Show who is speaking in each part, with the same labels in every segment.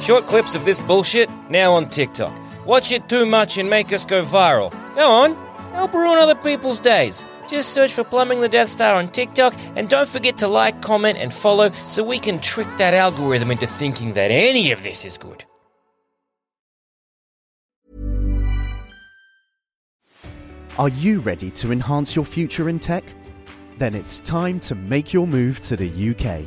Speaker 1: Short clips of this bullshit now on TikTok. Watch it too much and make us go viral. Go on, help ruin other people's days. Just search for Plumbing the Death Star on TikTok and don't forget to like, comment, and follow so we can trick that algorithm into thinking that any of this is good.
Speaker 2: Are you ready to enhance your future in tech? Then it's time to make your move to the UK,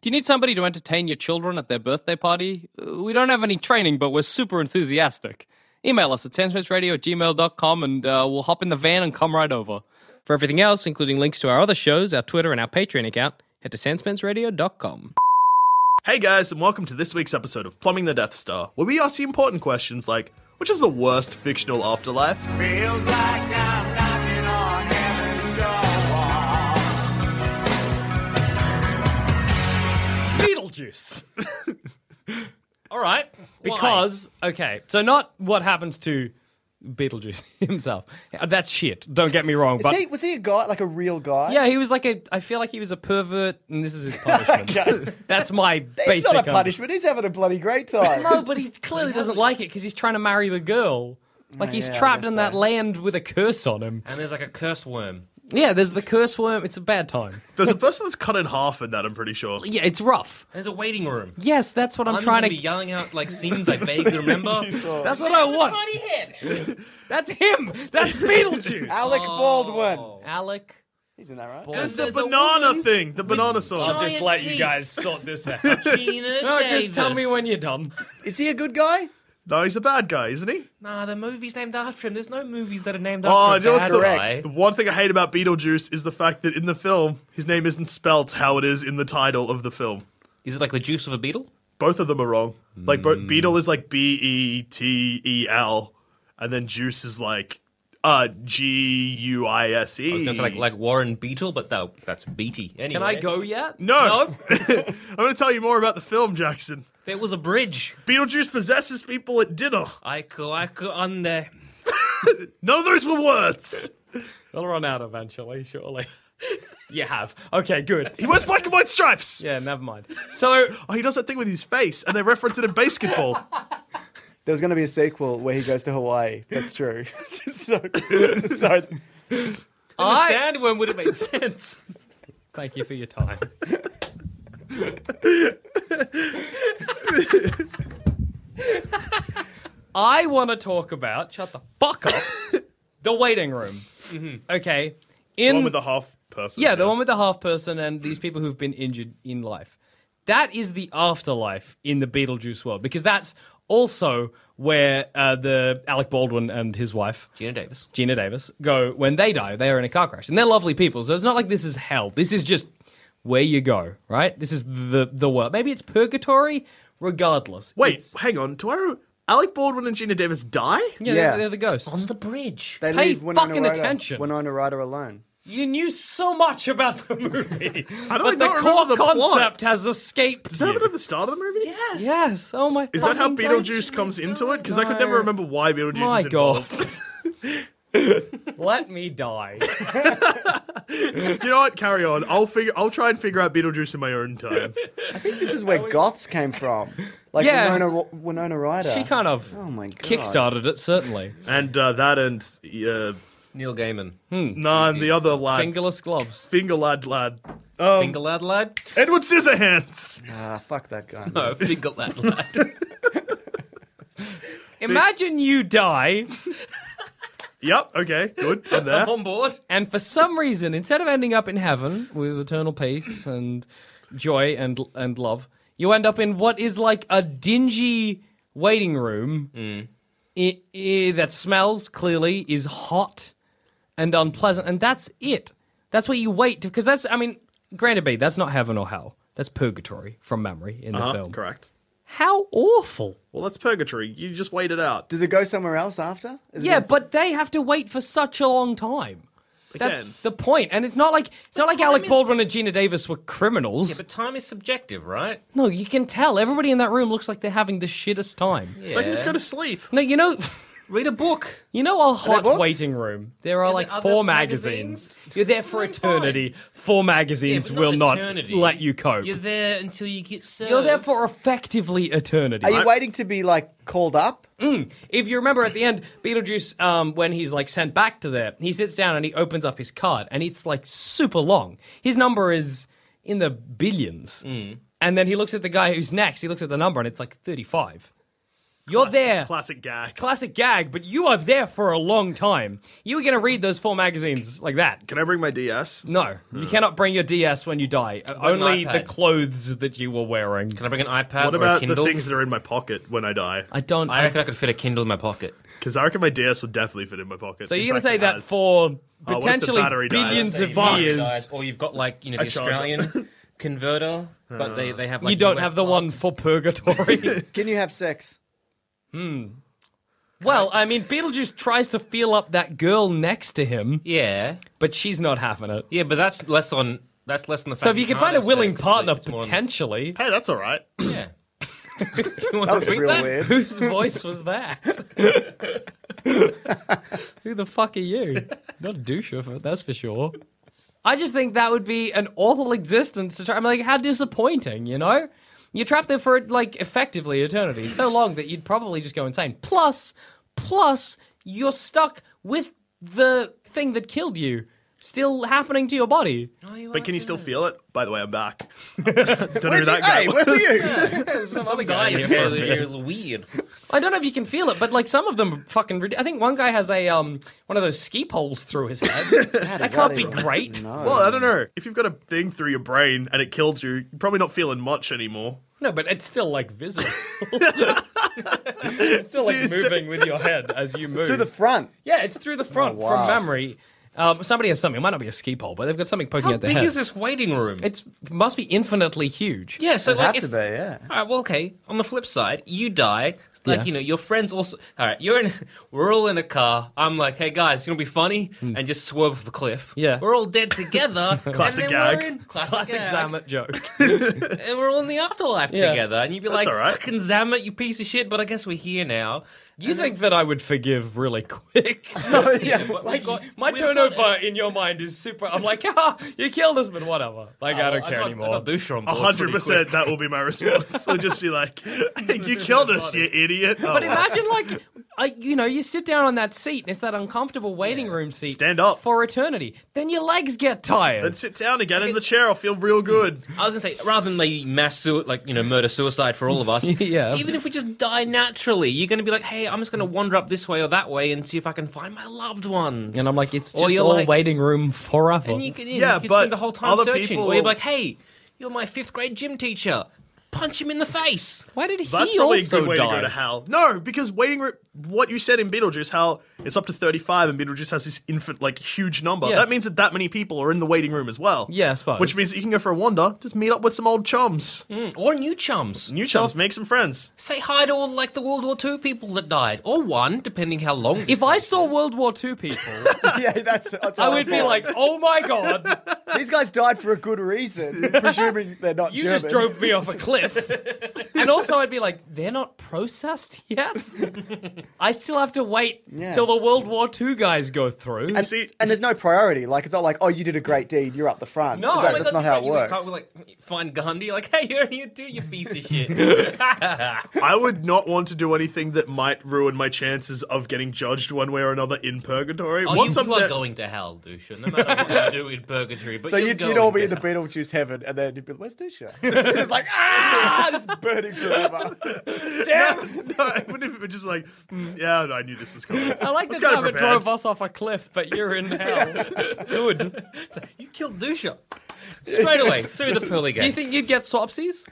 Speaker 3: Do you need somebody to entertain your children at their birthday party? Uh, We don't have any training, but we're super enthusiastic. Email us at sansmithradio at gmail.com and uh, we'll hop in the van and come right over. For everything else, including links to our other shows, our Twitter, and our Patreon account, head to sansmithradio.com.
Speaker 4: Hey guys, and welcome to this week's episode of Plumbing the Death Star, where we ask the important questions like which is the worst fictional afterlife?
Speaker 5: Feels like I'm knocking on heaven's door.
Speaker 6: Beetlejuice. All right. Because, okay, so not what happens to Beetlejuice himself. That's shit. Don't get me wrong.
Speaker 7: Is
Speaker 6: but
Speaker 7: he, was he a guy, like a real guy?
Speaker 6: yeah, he was like a. I feel like he was a pervert, and this is his punishment. That's my
Speaker 7: It's
Speaker 6: basic.
Speaker 7: not a
Speaker 6: under-
Speaker 7: punishment. He's having a bloody great time.
Speaker 6: No, but he clearly doesn't like it because he's trying to marry the girl. Like he's
Speaker 7: yeah, I
Speaker 6: trapped
Speaker 7: guess
Speaker 6: in that
Speaker 7: so.
Speaker 6: land with a curse on him.
Speaker 8: And there's like a curse worm.
Speaker 6: Yeah, there's the curse worm. It's a bad time.
Speaker 4: There's a person that's cut in half in that, I'm pretty sure.
Speaker 6: Yeah, it's rough.
Speaker 8: There's a waiting room.
Speaker 6: Yes, that's what I'm,
Speaker 8: I'm
Speaker 6: trying
Speaker 8: trying
Speaker 6: to.
Speaker 8: be yelling out like scenes I vaguely remember.
Speaker 6: That's what I want. That's him. That's Beetlejuice.
Speaker 7: Alec Baldwin.
Speaker 6: Alec.
Speaker 7: Isn't that right?
Speaker 4: It's the
Speaker 8: There's a
Speaker 4: banana
Speaker 8: woman
Speaker 4: thing, the banana song.
Speaker 8: I'll just let you guys
Speaker 6: sort this out.
Speaker 8: Gina
Speaker 6: No, just
Speaker 8: Davis.
Speaker 6: tell me when you're done.
Speaker 7: Is he a good guy?
Speaker 4: No, he's a bad guy, isn't he?
Speaker 8: Nah, Uh, the movie's named after him. There's no movies that are named
Speaker 4: Oh,
Speaker 8: after
Speaker 4: you know
Speaker 8: a
Speaker 4: what's
Speaker 8: bad
Speaker 4: the,
Speaker 8: guy.
Speaker 4: the one thing I hate about Beetlejuice is the fact that in the film, his name isn't spelt how it is in the title of the film.
Speaker 8: Is it like the juice of a beetle?
Speaker 4: Both of them are wrong. Like,
Speaker 8: Mm.
Speaker 4: bo- Beetle is like B E T E L, and then Juice is like uh, G U I S E.
Speaker 8: I was gonna say like like Warren Beetle, but no, that's Beatty. Anyway,
Speaker 6: Can I go yet?
Speaker 4: No. I'm going to tell you more about the film, Jackson.
Speaker 8: There was a bridge.
Speaker 4: Beetlejuice possesses people at dinner.
Speaker 8: I go, I go on there.
Speaker 4: None of those were words.
Speaker 6: They'll run out eventually, surely. you have. Okay, good.
Speaker 4: He wears black and white stripes.
Speaker 6: Yeah, never mind. So
Speaker 4: Oh, he does that thing with his face, and they reference it in basketball.
Speaker 7: There was going to be a sequel where he goes to Hawaii. That's true. so, so,
Speaker 8: The
Speaker 6: I
Speaker 8: sandworm would have made sense.
Speaker 6: thank you for your time. I want to talk about shut the fuck up. the waiting room. Okay. In
Speaker 4: Mm-hmm. the one with the half person.
Speaker 6: Yeah, the one with the half person and these people who've been injured in life. That is the afterlife in the Beetlejuice world because that's also where uh, the Alec Baldwin and his wife
Speaker 8: Gina Davis.
Speaker 6: Gina Davis go when they die. They are in a car crash, and they're lovely people. So it's not like this is hell. This is just where you go, right? This is the the world. Maybe it's purgatory. Regardless,
Speaker 4: Wait,
Speaker 6: It's-
Speaker 4: hang on. Do I remember? Alec Baldwin and Gina Davis die?
Speaker 6: yeah,
Speaker 7: Yeah.
Speaker 6: They're, they're the ghosts.
Speaker 8: the bridge.
Speaker 7: they
Speaker 6: Pay
Speaker 7: leave Winona
Speaker 6: fucking
Speaker 7: Ryder,
Speaker 6: attention.
Speaker 7: Winona Ryder alone.
Speaker 6: you knew so much about the movie,
Speaker 4: do I
Speaker 6: but the
Speaker 4: not
Speaker 6: core
Speaker 4: remember the plot?
Speaker 6: concept has escaped.
Speaker 4: Is that
Speaker 6: you.
Speaker 4: happened at the start of the movie? Yeah.
Speaker 6: Yes. Oh my.
Speaker 4: Is that how
Speaker 6: fucking
Speaker 4: Beetlejuice comes into it? Because I could never
Speaker 6: No.
Speaker 4: remember why Beetlejuice
Speaker 6: My
Speaker 4: is
Speaker 6: God.
Speaker 4: involved.
Speaker 6: Let me die.
Speaker 4: you know what? Carry on. I'll figure. I'll try and figure out Beetlejuice in my own time.
Speaker 7: I think this is where goths came from. Like
Speaker 6: Yeah.
Speaker 7: Winona, Winona Ryder.
Speaker 6: she kind of
Speaker 7: Oh my god.
Speaker 6: kickstarted it, certainly.
Speaker 4: and uh, that and uh,
Speaker 8: Neil Gaiman.
Speaker 4: nah, and the other lad, finger,
Speaker 6: Fingerless gloves.
Speaker 4: lad, lad, Um,
Speaker 8: Finger lad lad.
Speaker 4: Edward Scissorhands.
Speaker 7: Ah, fuck that guy.
Speaker 8: No, finger lad lad.
Speaker 6: Imagine you die,
Speaker 4: Yep. Okay. Good. I'm there.
Speaker 8: I'm on board.
Speaker 6: and for some reason, instead of ending up in heaven with eternal peace and joy and and love, you end up in what is like a dingy waiting room
Speaker 4: Mm.
Speaker 6: i- i- that smells clearly, is hot and unpleasant, and that's it. That's what you wait because that's. I mean, granted, be that's not heaven or hell. That's purgatory from memory in the
Speaker 4: Uh-huh,
Speaker 6: film.
Speaker 4: Correct.
Speaker 6: How awful.
Speaker 4: Well, that's purgatory. You just wait it out.
Speaker 7: Does it go somewhere else after?
Speaker 4: Mm.
Speaker 7: Is it
Speaker 6: Yeah,
Speaker 7: gonna-
Speaker 6: but they have to wait for such a long time. That's
Speaker 4: Again.
Speaker 6: the point, and it's not like it's not like Alec Baldwin and Gina Davis were criminals.
Speaker 1: Yeah, but time is subjective, right?
Speaker 6: no, you can tell everybody in that room looks like they're having the shittest time.
Speaker 4: They can just go to sleep.
Speaker 6: No, you know,
Speaker 1: Read a book.
Speaker 6: you know, a hot
Speaker 7: books?
Speaker 6: waiting room. There are
Speaker 1: but
Speaker 6: like
Speaker 1: are
Speaker 6: four
Speaker 1: there magazines?
Speaker 6: magazines. You're there for
Speaker 1: You're fine.
Speaker 6: eternity. Four magazines
Speaker 1: Yeah, but
Speaker 6: will not
Speaker 1: eternity.
Speaker 6: let you cope.
Speaker 1: You're
Speaker 6: You're,
Speaker 1: there until you get served.
Speaker 6: there for effectively eternity.
Speaker 7: Are you waiting to be like called up?
Speaker 6: If you remember at the end, Beetlejuice, um, when he's like sent back to there, he sits down and he opens up his card, and it's like super long. His number is in the billions,
Speaker 4: Mm.
Speaker 6: and then he looks at the guy who's next. He looks at the number, and it's like thirty-five. You're there,
Speaker 4: Classic gag.
Speaker 6: classic gag, but you are there for a long time. You were going to read those four magazines like that.
Speaker 4: can I bring my DS?
Speaker 6: No,
Speaker 4: Hmm.
Speaker 6: you cannot bring your DS when you die.
Speaker 1: an
Speaker 6: Only the
Speaker 1: iPad?
Speaker 6: clothes that you were wearing.
Speaker 1: Can I bring an iPad
Speaker 4: What
Speaker 1: or a
Speaker 4: about the
Speaker 1: Kindle?
Speaker 4: things that are in my pocket when I die?
Speaker 6: I don't.
Speaker 1: I reckon I could fit a Kindle in my pocket.
Speaker 4: Because I reckon my DS would definitely fit in my pocket.
Speaker 6: so
Speaker 4: In
Speaker 6: you're going to
Speaker 4: fact,
Speaker 6: say
Speaker 4: it
Speaker 6: that
Speaker 4: has. Oh,
Speaker 6: for
Speaker 4: what if the
Speaker 6: potentially
Speaker 4: battery dies?
Speaker 6: billions
Speaker 4: Steve,
Speaker 6: of
Speaker 1: Mark
Speaker 6: years.
Speaker 1: dies, or you've got like you know the
Speaker 4: A charger.
Speaker 1: Australian converter, but they, they have like
Speaker 6: you don't
Speaker 1: US
Speaker 6: have the one
Speaker 1: plugs.
Speaker 6: for purgatory.
Speaker 7: Can you have sex?
Speaker 6: well, I mean, Beetlejuice tries to feel up that girl next to him,
Speaker 1: Yeah,
Speaker 6: but she's not having it.
Speaker 1: yeah, but that's less on that's less on the.
Speaker 6: So if you can find a willing partner,
Speaker 1: potential.
Speaker 6: potentially,
Speaker 4: Hey, that's all right.
Speaker 1: Yeah. you want
Speaker 7: That was
Speaker 1: to read
Speaker 7: real
Speaker 1: that?
Speaker 7: weird.
Speaker 6: whose voice was that? Who the fuck are you? Not a douche of it, that's for sure. I just think that would be an awful existence to try. I'm like, how disappointing, you know? You're trapped there for like effectively eternity, so long that you'd probably just go insane. Plus, plus, you're stuck with the thing that killed you still happening to your body.
Speaker 4: But can you still feel it? By the way, I'm back. Don't know who that guy
Speaker 7: Hey,
Speaker 4: was.
Speaker 7: where were you?
Speaker 6: Some other
Speaker 1: Guy,
Speaker 6: is
Speaker 1: your
Speaker 6: dead.
Speaker 1: hair here is weird.
Speaker 6: I don't know if you can feel it, but like some of them are fucking. rid- I think one guy has a um one of those ski poles through his head. that can't be great. No.
Speaker 4: Well, I don't know. If you've got a thing through your brain and it killed you, you're probably not feeling much anymore.
Speaker 6: but it's still like visible. it's still like
Speaker 4: Seriously.
Speaker 6: moving with your head as you move.
Speaker 7: To the front.
Speaker 6: yeah, it's through the front
Speaker 7: Oh, wow.
Speaker 6: from memory. Um, somebody has something. It might not be a ski pole, but they've got something poking
Speaker 1: How
Speaker 6: out their
Speaker 1: big
Speaker 6: head.
Speaker 1: is this waiting room?
Speaker 6: It's must be infinitely huge.
Speaker 1: yeah, so
Speaker 7: It'd
Speaker 1: like
Speaker 7: have
Speaker 1: if,
Speaker 7: to be, yeah.
Speaker 1: All right. Well, okay. On the flip side, you die. Like
Speaker 6: Yeah.
Speaker 1: you know, your friends also. All right. You're in. We're all in a car. I'm like, hey guys, it's gonna be funny, and just swerve off a cliff.
Speaker 6: Hmm. Yeah.
Speaker 1: We're all dead together.
Speaker 4: Classic
Speaker 1: and then
Speaker 4: gag.
Speaker 1: We're in, classic,
Speaker 6: Classic
Speaker 1: gag,
Speaker 6: Zamet joke.
Speaker 1: And we're all in the afterlife
Speaker 6: Yeah.
Speaker 1: together. And you'd be
Speaker 4: That's
Speaker 1: like,
Speaker 4: all right.
Speaker 1: fucking Zamet, you piece of shit. But I guess we're here now.
Speaker 6: You think that I would forgive really quick?
Speaker 7: yeah.
Speaker 6: Like my
Speaker 1: we've
Speaker 6: turnover
Speaker 1: got
Speaker 6: in your mind is super. I'm like, ah, you killed us, but whatever. Like I don't
Speaker 1: I
Speaker 6: care
Speaker 1: got,
Speaker 6: anymore.
Speaker 1: I got Dusha on
Speaker 4: A
Speaker 1: board
Speaker 4: hundred
Speaker 1: pretty
Speaker 4: percent. That will be my response. I'll just be like, "You killed us, you idiot!" Oh,
Speaker 6: But imagine, like, I, you know, you sit down on that seat and it's that uncomfortable waiting room seat.
Speaker 4: Stand up.
Speaker 6: for eternity. Then your legs get tired.
Speaker 4: then sit down again in the chair. I'll feel real good.
Speaker 1: I was gonna say, rather than maybe mass sui- like you know murder suicide for all of us,
Speaker 6: Yeah.
Speaker 1: Even if we just die naturally, you're gonna be like, hey, I'm just gonna wander up this way or that way and see if I can find my loved ones.
Speaker 6: and I'm like, it's
Speaker 1: Or
Speaker 6: just
Speaker 1: you're
Speaker 6: all
Speaker 1: like-
Speaker 6: waiting room forever.
Speaker 1: and you can, you
Speaker 4: Yeah,
Speaker 1: know, you can
Speaker 4: but
Speaker 1: spend the whole time
Speaker 4: other
Speaker 1: searching.
Speaker 4: people-
Speaker 1: Or you're like, hey, you're my fifth grade gym teacher. Punch him in the face.
Speaker 6: Why did he
Speaker 4: That's probably a
Speaker 6: also
Speaker 4: good way to
Speaker 6: die?
Speaker 4: go to hell. No, because waiting room. What you said in Beetlejuice, how it's up to thirty-five, and Beetlejuice has this infant, like huge number.
Speaker 6: Yeah.
Speaker 4: That means that that many people are in the waiting room as well.
Speaker 6: Yeah, I suppose.
Speaker 4: Which means that you can go for a wander, just meet up with some old chums,
Speaker 1: Or new chums.
Speaker 4: new chums, make some friends.
Speaker 1: Say hi to all like the World War II people that died, or one, depending how long.
Speaker 6: if I saw World War II people,
Speaker 7: yeah, that's, that's
Speaker 6: I
Speaker 7: all
Speaker 6: would be
Speaker 7: thought.
Speaker 6: like, oh my god,
Speaker 7: These guys died for a good reason, presuming they're not
Speaker 6: you
Speaker 7: German.
Speaker 6: just drove me off a cliff. and also, I'd be like, they're not processed yet? I still have to wait
Speaker 7: Yeah.
Speaker 6: till the World War II guys go through.
Speaker 7: And,
Speaker 4: See-
Speaker 7: and there's no priority. Like it's not like, oh, you did a great deed. You're up the front.
Speaker 6: No,
Speaker 7: It's like,
Speaker 6: I mean,
Speaker 7: that's not how it works.
Speaker 1: Can't, like, find Gandhi, like, hey, you're you do you piece of shit.
Speaker 4: I would not want to do anything that might ruin my chances of getting judged one way or another in purgatory.
Speaker 1: Oh,
Speaker 4: Want
Speaker 1: you,
Speaker 4: something
Speaker 1: you are
Speaker 4: that-
Speaker 1: going to hell, Dusha. No matter what you do in purgatory, but
Speaker 7: So
Speaker 1: you're
Speaker 7: you'd,
Speaker 1: going
Speaker 7: you'd all be
Speaker 1: to
Speaker 7: in the
Speaker 1: hell.
Speaker 7: Beetlejuice heaven, and then you'd be like, "Where's Dusha?" it's just like ah, just burning forever.
Speaker 4: No, I wouldn't have been just like, mm, yeah, no, I knew this was coming.
Speaker 6: I like that
Speaker 4: go
Speaker 6: David
Speaker 4: prepared.
Speaker 6: drove us off a cliff, but you're in hell. Good.
Speaker 1: You killed Dusha straight away through the pearly gates.
Speaker 6: Do you think you'd get swapsies?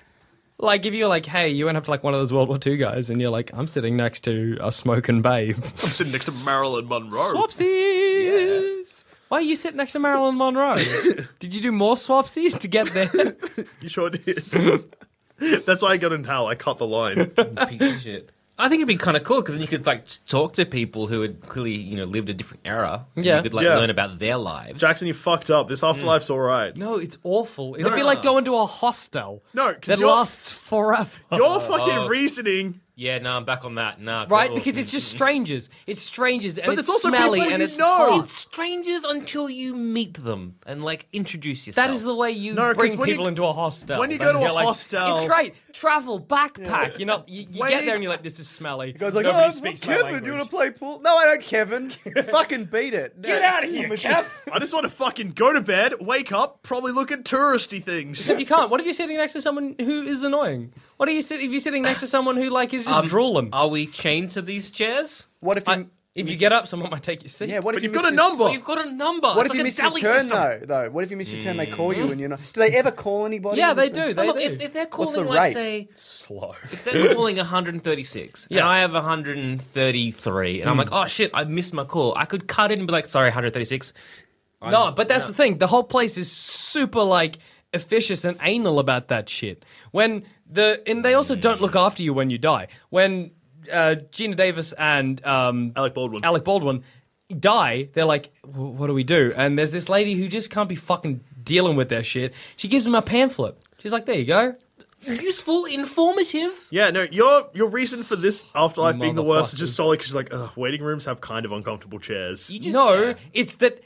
Speaker 6: Like if you're like, hey, you went up to like one of those World War II guys, and you're like, I'm sitting next to a smoking babe.
Speaker 4: I'm sitting next to Marilyn Monroe.
Speaker 6: Swapsies. Why you sit next to Marilyn Monroe? Did you do more swapsies to get there?
Speaker 4: You sure did. That's why I got in hell. I cut the line.
Speaker 8: Piece of shit. I think it'd be kind of cool because then you could like talk to people who had clearly you know lived a different era. and
Speaker 6: Yeah.
Speaker 8: you could like
Speaker 4: Yeah.
Speaker 8: learn about their lives.
Speaker 4: Jackson, you fucked up. This afterlife's all right.
Speaker 6: No, it's awful. It'd be like going to a hostel.
Speaker 4: No,
Speaker 6: that
Speaker 4: because your,
Speaker 6: lasts forever.
Speaker 4: your fucking reasoning.
Speaker 8: yeah, no, I'm back on that. Nah,
Speaker 6: Right?
Speaker 8: cool.
Speaker 6: Because it's
Speaker 7: Oh.
Speaker 6: just strangers. It's strangers and
Speaker 4: But
Speaker 6: it's
Speaker 4: it's also
Speaker 6: smelly
Speaker 4: people
Speaker 6: and
Speaker 4: you
Speaker 6: it's
Speaker 4: know.
Speaker 6: hot.
Speaker 8: It's Mm. strangers until you meet them and like introduce yourself.
Speaker 6: That is the way you
Speaker 4: No, 'cause
Speaker 6: bring
Speaker 4: when you-
Speaker 6: people into a hostel.
Speaker 4: when you
Speaker 6: Then
Speaker 4: go to
Speaker 6: you're
Speaker 4: a
Speaker 6: like,
Speaker 4: hostel-
Speaker 6: it's great. Travel backpack. You're not. You, you
Speaker 4: When
Speaker 6: get
Speaker 4: you-
Speaker 6: there and you're like, this is smelly.
Speaker 7: Guys, like,
Speaker 6: Nobody
Speaker 7: oh,
Speaker 6: speaks my
Speaker 7: Kevin,
Speaker 6: language.
Speaker 7: do you want to play pool? No, I don't, Kevin. Fucking beat it.
Speaker 6: Get out of here, Kev.
Speaker 4: I just want to fucking go to bed, wake up, probably look at touristy things.
Speaker 6: If you can't, what if you're sitting next to someone who is annoying? What are you sit- if you're sitting next to someone who like is just
Speaker 7: Um,
Speaker 6: drooling?
Speaker 8: Are we chained to these chairs?
Speaker 7: What if you?
Speaker 6: I- if you get up, someone might take your seat.
Speaker 7: yeah, what
Speaker 4: But
Speaker 7: if you
Speaker 4: you've got a
Speaker 7: miss your-
Speaker 4: number.
Speaker 8: You've got a number.
Speaker 7: What if
Speaker 8: it's
Speaker 7: you
Speaker 8: like
Speaker 7: miss
Speaker 8: a
Speaker 7: your
Speaker 8: deli
Speaker 7: turn
Speaker 8: system.
Speaker 7: though? Though, what if you miss your turn? They call you and you're not. Do they ever call anybody?
Speaker 6: Hmm. Yeah,
Speaker 7: in
Speaker 6: they
Speaker 7: this room?
Speaker 6: do.
Speaker 8: But
Speaker 6: They
Speaker 8: look,
Speaker 6: do.
Speaker 8: if, if they're
Speaker 7: What's
Speaker 8: calling,
Speaker 7: the
Speaker 8: like
Speaker 7: rate?
Speaker 8: say,
Speaker 4: Slow.
Speaker 8: if they're calling 136,
Speaker 6: Yeah. Hmm.
Speaker 8: and I have 133, and I'm like, oh shit, I missed my call. I could cut it and be like, sorry, 136.
Speaker 6: No, but that's the thing. The whole place is super like officious and anal about that shit. When the and they also don't look after you when you die. When uh, Gina Davis and um,
Speaker 4: Alec Baldwin.
Speaker 6: Alec Baldwin die, they're like, "W- "What do we do?" And there's this lady who just can't be fucking dealing with their shit. She gives them a pamphlet. She's like, "There you go."
Speaker 8: Useful, informative.
Speaker 4: Yeah, no, your your reason for this afterlife being the worst is
Speaker 6: Motherfuckers.
Speaker 4: just solely because like Ugh, waiting rooms have kind of uncomfortable chairs.
Speaker 8: You just-
Speaker 6: no,
Speaker 8: yeah.
Speaker 6: it's that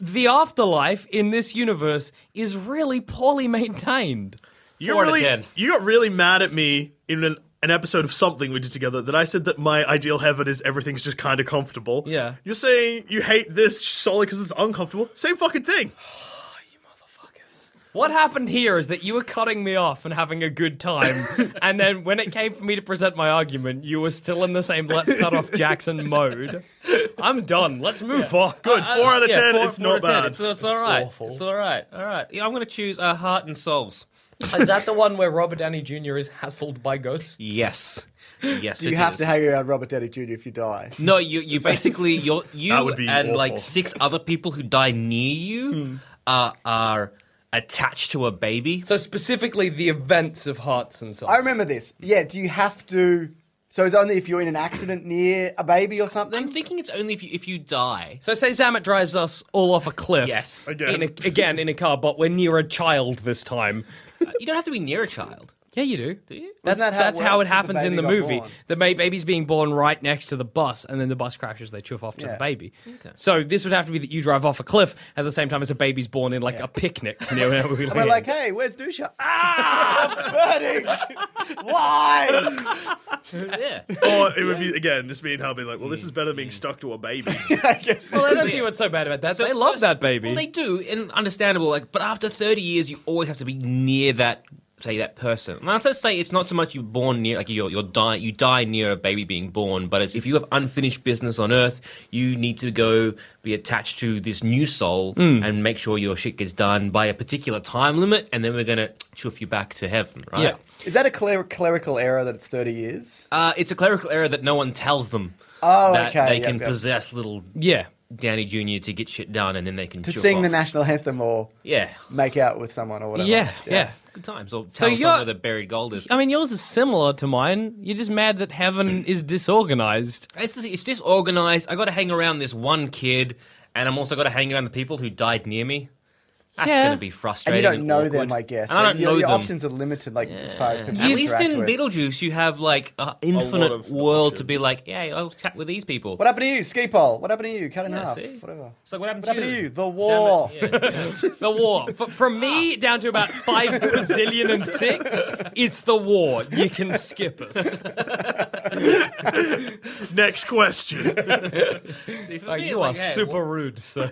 Speaker 6: the afterlife in this universe is really poorly maintained.
Speaker 4: You
Speaker 8: Four out of
Speaker 4: really,
Speaker 8: ten.
Speaker 4: you got really mad at me in an, an episode of something we did together that I said that my ideal heaven is everything's just kind of comfortable.
Speaker 6: Yeah.
Speaker 4: you're saying you hate this solely because it's uncomfortable. Same fucking thing.
Speaker 6: What happened here is that you were cutting me off and having a good time, and then when it came for me to present my argument, you were still in the same let's cut off Jackson mode. I'm done. Let's move on.
Speaker 4: Good, four out of
Speaker 8: Yeah,
Speaker 4: ten.
Speaker 8: four-
Speaker 4: it's
Speaker 8: four
Speaker 4: not
Speaker 8: out of 10.
Speaker 4: bad.
Speaker 8: It's, it's all right. It's all right. All right. Yeah, I'm going to choose uh, Heart and Souls.
Speaker 6: uh, Is that the one where Robert Downey Jr. is hassled by ghosts?
Speaker 8: Yes. Yes.
Speaker 7: You have to hang around Robert Downey Jr. if you die.
Speaker 8: No, you you basically you're, you
Speaker 4: That would be
Speaker 8: and
Speaker 4: awful.
Speaker 8: like six other people who die near you
Speaker 7: Hmm.
Speaker 8: uh, are attached to a baby.
Speaker 6: So specifically, the events of Hearts and Souls.
Speaker 7: I remember this. Yeah, do you have to? So it's only if you're in an accident near a baby or
Speaker 8: I'm
Speaker 7: something.
Speaker 8: thinking it's only if you if you die.
Speaker 6: So say Zamet drives us all off a cliff.
Speaker 8: Yes.
Speaker 4: Again.
Speaker 6: In a, again in a car, but we're near a child this time.
Speaker 8: You don't have to be near a child.
Speaker 6: Yeah, you do. Do
Speaker 8: you?
Speaker 6: That's
Speaker 7: Wasn't that how it
Speaker 6: that's how it
Speaker 7: works, that the
Speaker 6: happens in
Speaker 7: baby
Speaker 6: the
Speaker 7: got
Speaker 6: movie.
Speaker 7: born?
Speaker 6: The ma- baby's being born right next to the bus, and then the bus crashes. They chuff off to the
Speaker 7: Yeah.
Speaker 6: baby. So this would have to be that you drive off a cliff at the same time as a baby's born in like a picnic. near where we
Speaker 8: Oh,
Speaker 7: We're
Speaker 6: land.
Speaker 7: like, hey, where's Dusha? Ah, I'm burning. Why?
Speaker 8: Yeah.
Speaker 4: Or it would be again just me and Hal being like, well, this is better than being stuck to a baby.
Speaker 7: I guess.
Speaker 6: well, I don't see what's so bad about that. they love that baby.
Speaker 8: Well, they do, and understandable. Like, but after 30 years, you always have to be near that. Say that person. And I also say it's not so much you're born near, like you're, you're die, you die near a baby being born, but it's if you have unfinished business on Earth, you need to go be attached to this new soul
Speaker 7: Hmm.
Speaker 8: and make sure your shit gets done by a particular time limit, and then we're gonna chuff you back to heaven, right?
Speaker 6: yeah.
Speaker 7: Is that a cler- clerical error that it's 30 years?
Speaker 8: Uh, it's a clerical error that no one tells them
Speaker 7: Oh,
Speaker 8: that
Speaker 7: okay.
Speaker 8: they
Speaker 7: yep,
Speaker 8: can
Speaker 7: yep.
Speaker 8: possess little
Speaker 6: Yeah.
Speaker 8: Danny Jr. to get shit done, and then they can
Speaker 7: to
Speaker 8: chuff
Speaker 7: sing the
Speaker 8: off.
Speaker 7: national anthem or
Speaker 8: Yeah,
Speaker 7: make out with someone or whatever.
Speaker 6: Yeah. Yeah.
Speaker 8: good times. Or tell
Speaker 6: So
Speaker 8: someone
Speaker 6: you're-
Speaker 8: where the buried gold is.
Speaker 6: I mean, yours is similar to mine. You're just mad that heaven is disorganized.
Speaker 8: It's just, it's disorganized. I got to hang around this one kid, and I'm also got to hang around the people who died near me. That's
Speaker 6: Yeah.
Speaker 8: going to be
Speaker 7: And
Speaker 8: frustrating.
Speaker 7: you don't know
Speaker 8: awkward.
Speaker 7: them, I guess.
Speaker 8: And I don't
Speaker 7: your,
Speaker 8: know
Speaker 7: your
Speaker 8: them.
Speaker 7: options are limited, like as far as people
Speaker 8: At
Speaker 7: you
Speaker 8: least
Speaker 7: interact
Speaker 8: in
Speaker 7: with.
Speaker 8: Beetlejuice, you have like an
Speaker 4: of
Speaker 8: infinite world to
Speaker 4: options.
Speaker 8: be like, yeah, I'll chat with these people.
Speaker 7: What happened to you, ski pole? What happened to you? Cut in
Speaker 8: Yeah,
Speaker 7: half.
Speaker 8: see? Hmm.
Speaker 7: Whatever.
Speaker 8: it's like, what happened,
Speaker 7: What happened to
Speaker 8: you?
Speaker 7: you? The war.
Speaker 6: The war. F- from me down to about five Brazilian and six, it's the war. You can skip us.
Speaker 4: Next question.
Speaker 8: Yeah. For
Speaker 6: Like,
Speaker 8: me,
Speaker 6: you
Speaker 8: it's
Speaker 6: are
Speaker 8: like, hey,
Speaker 6: super rude, sir.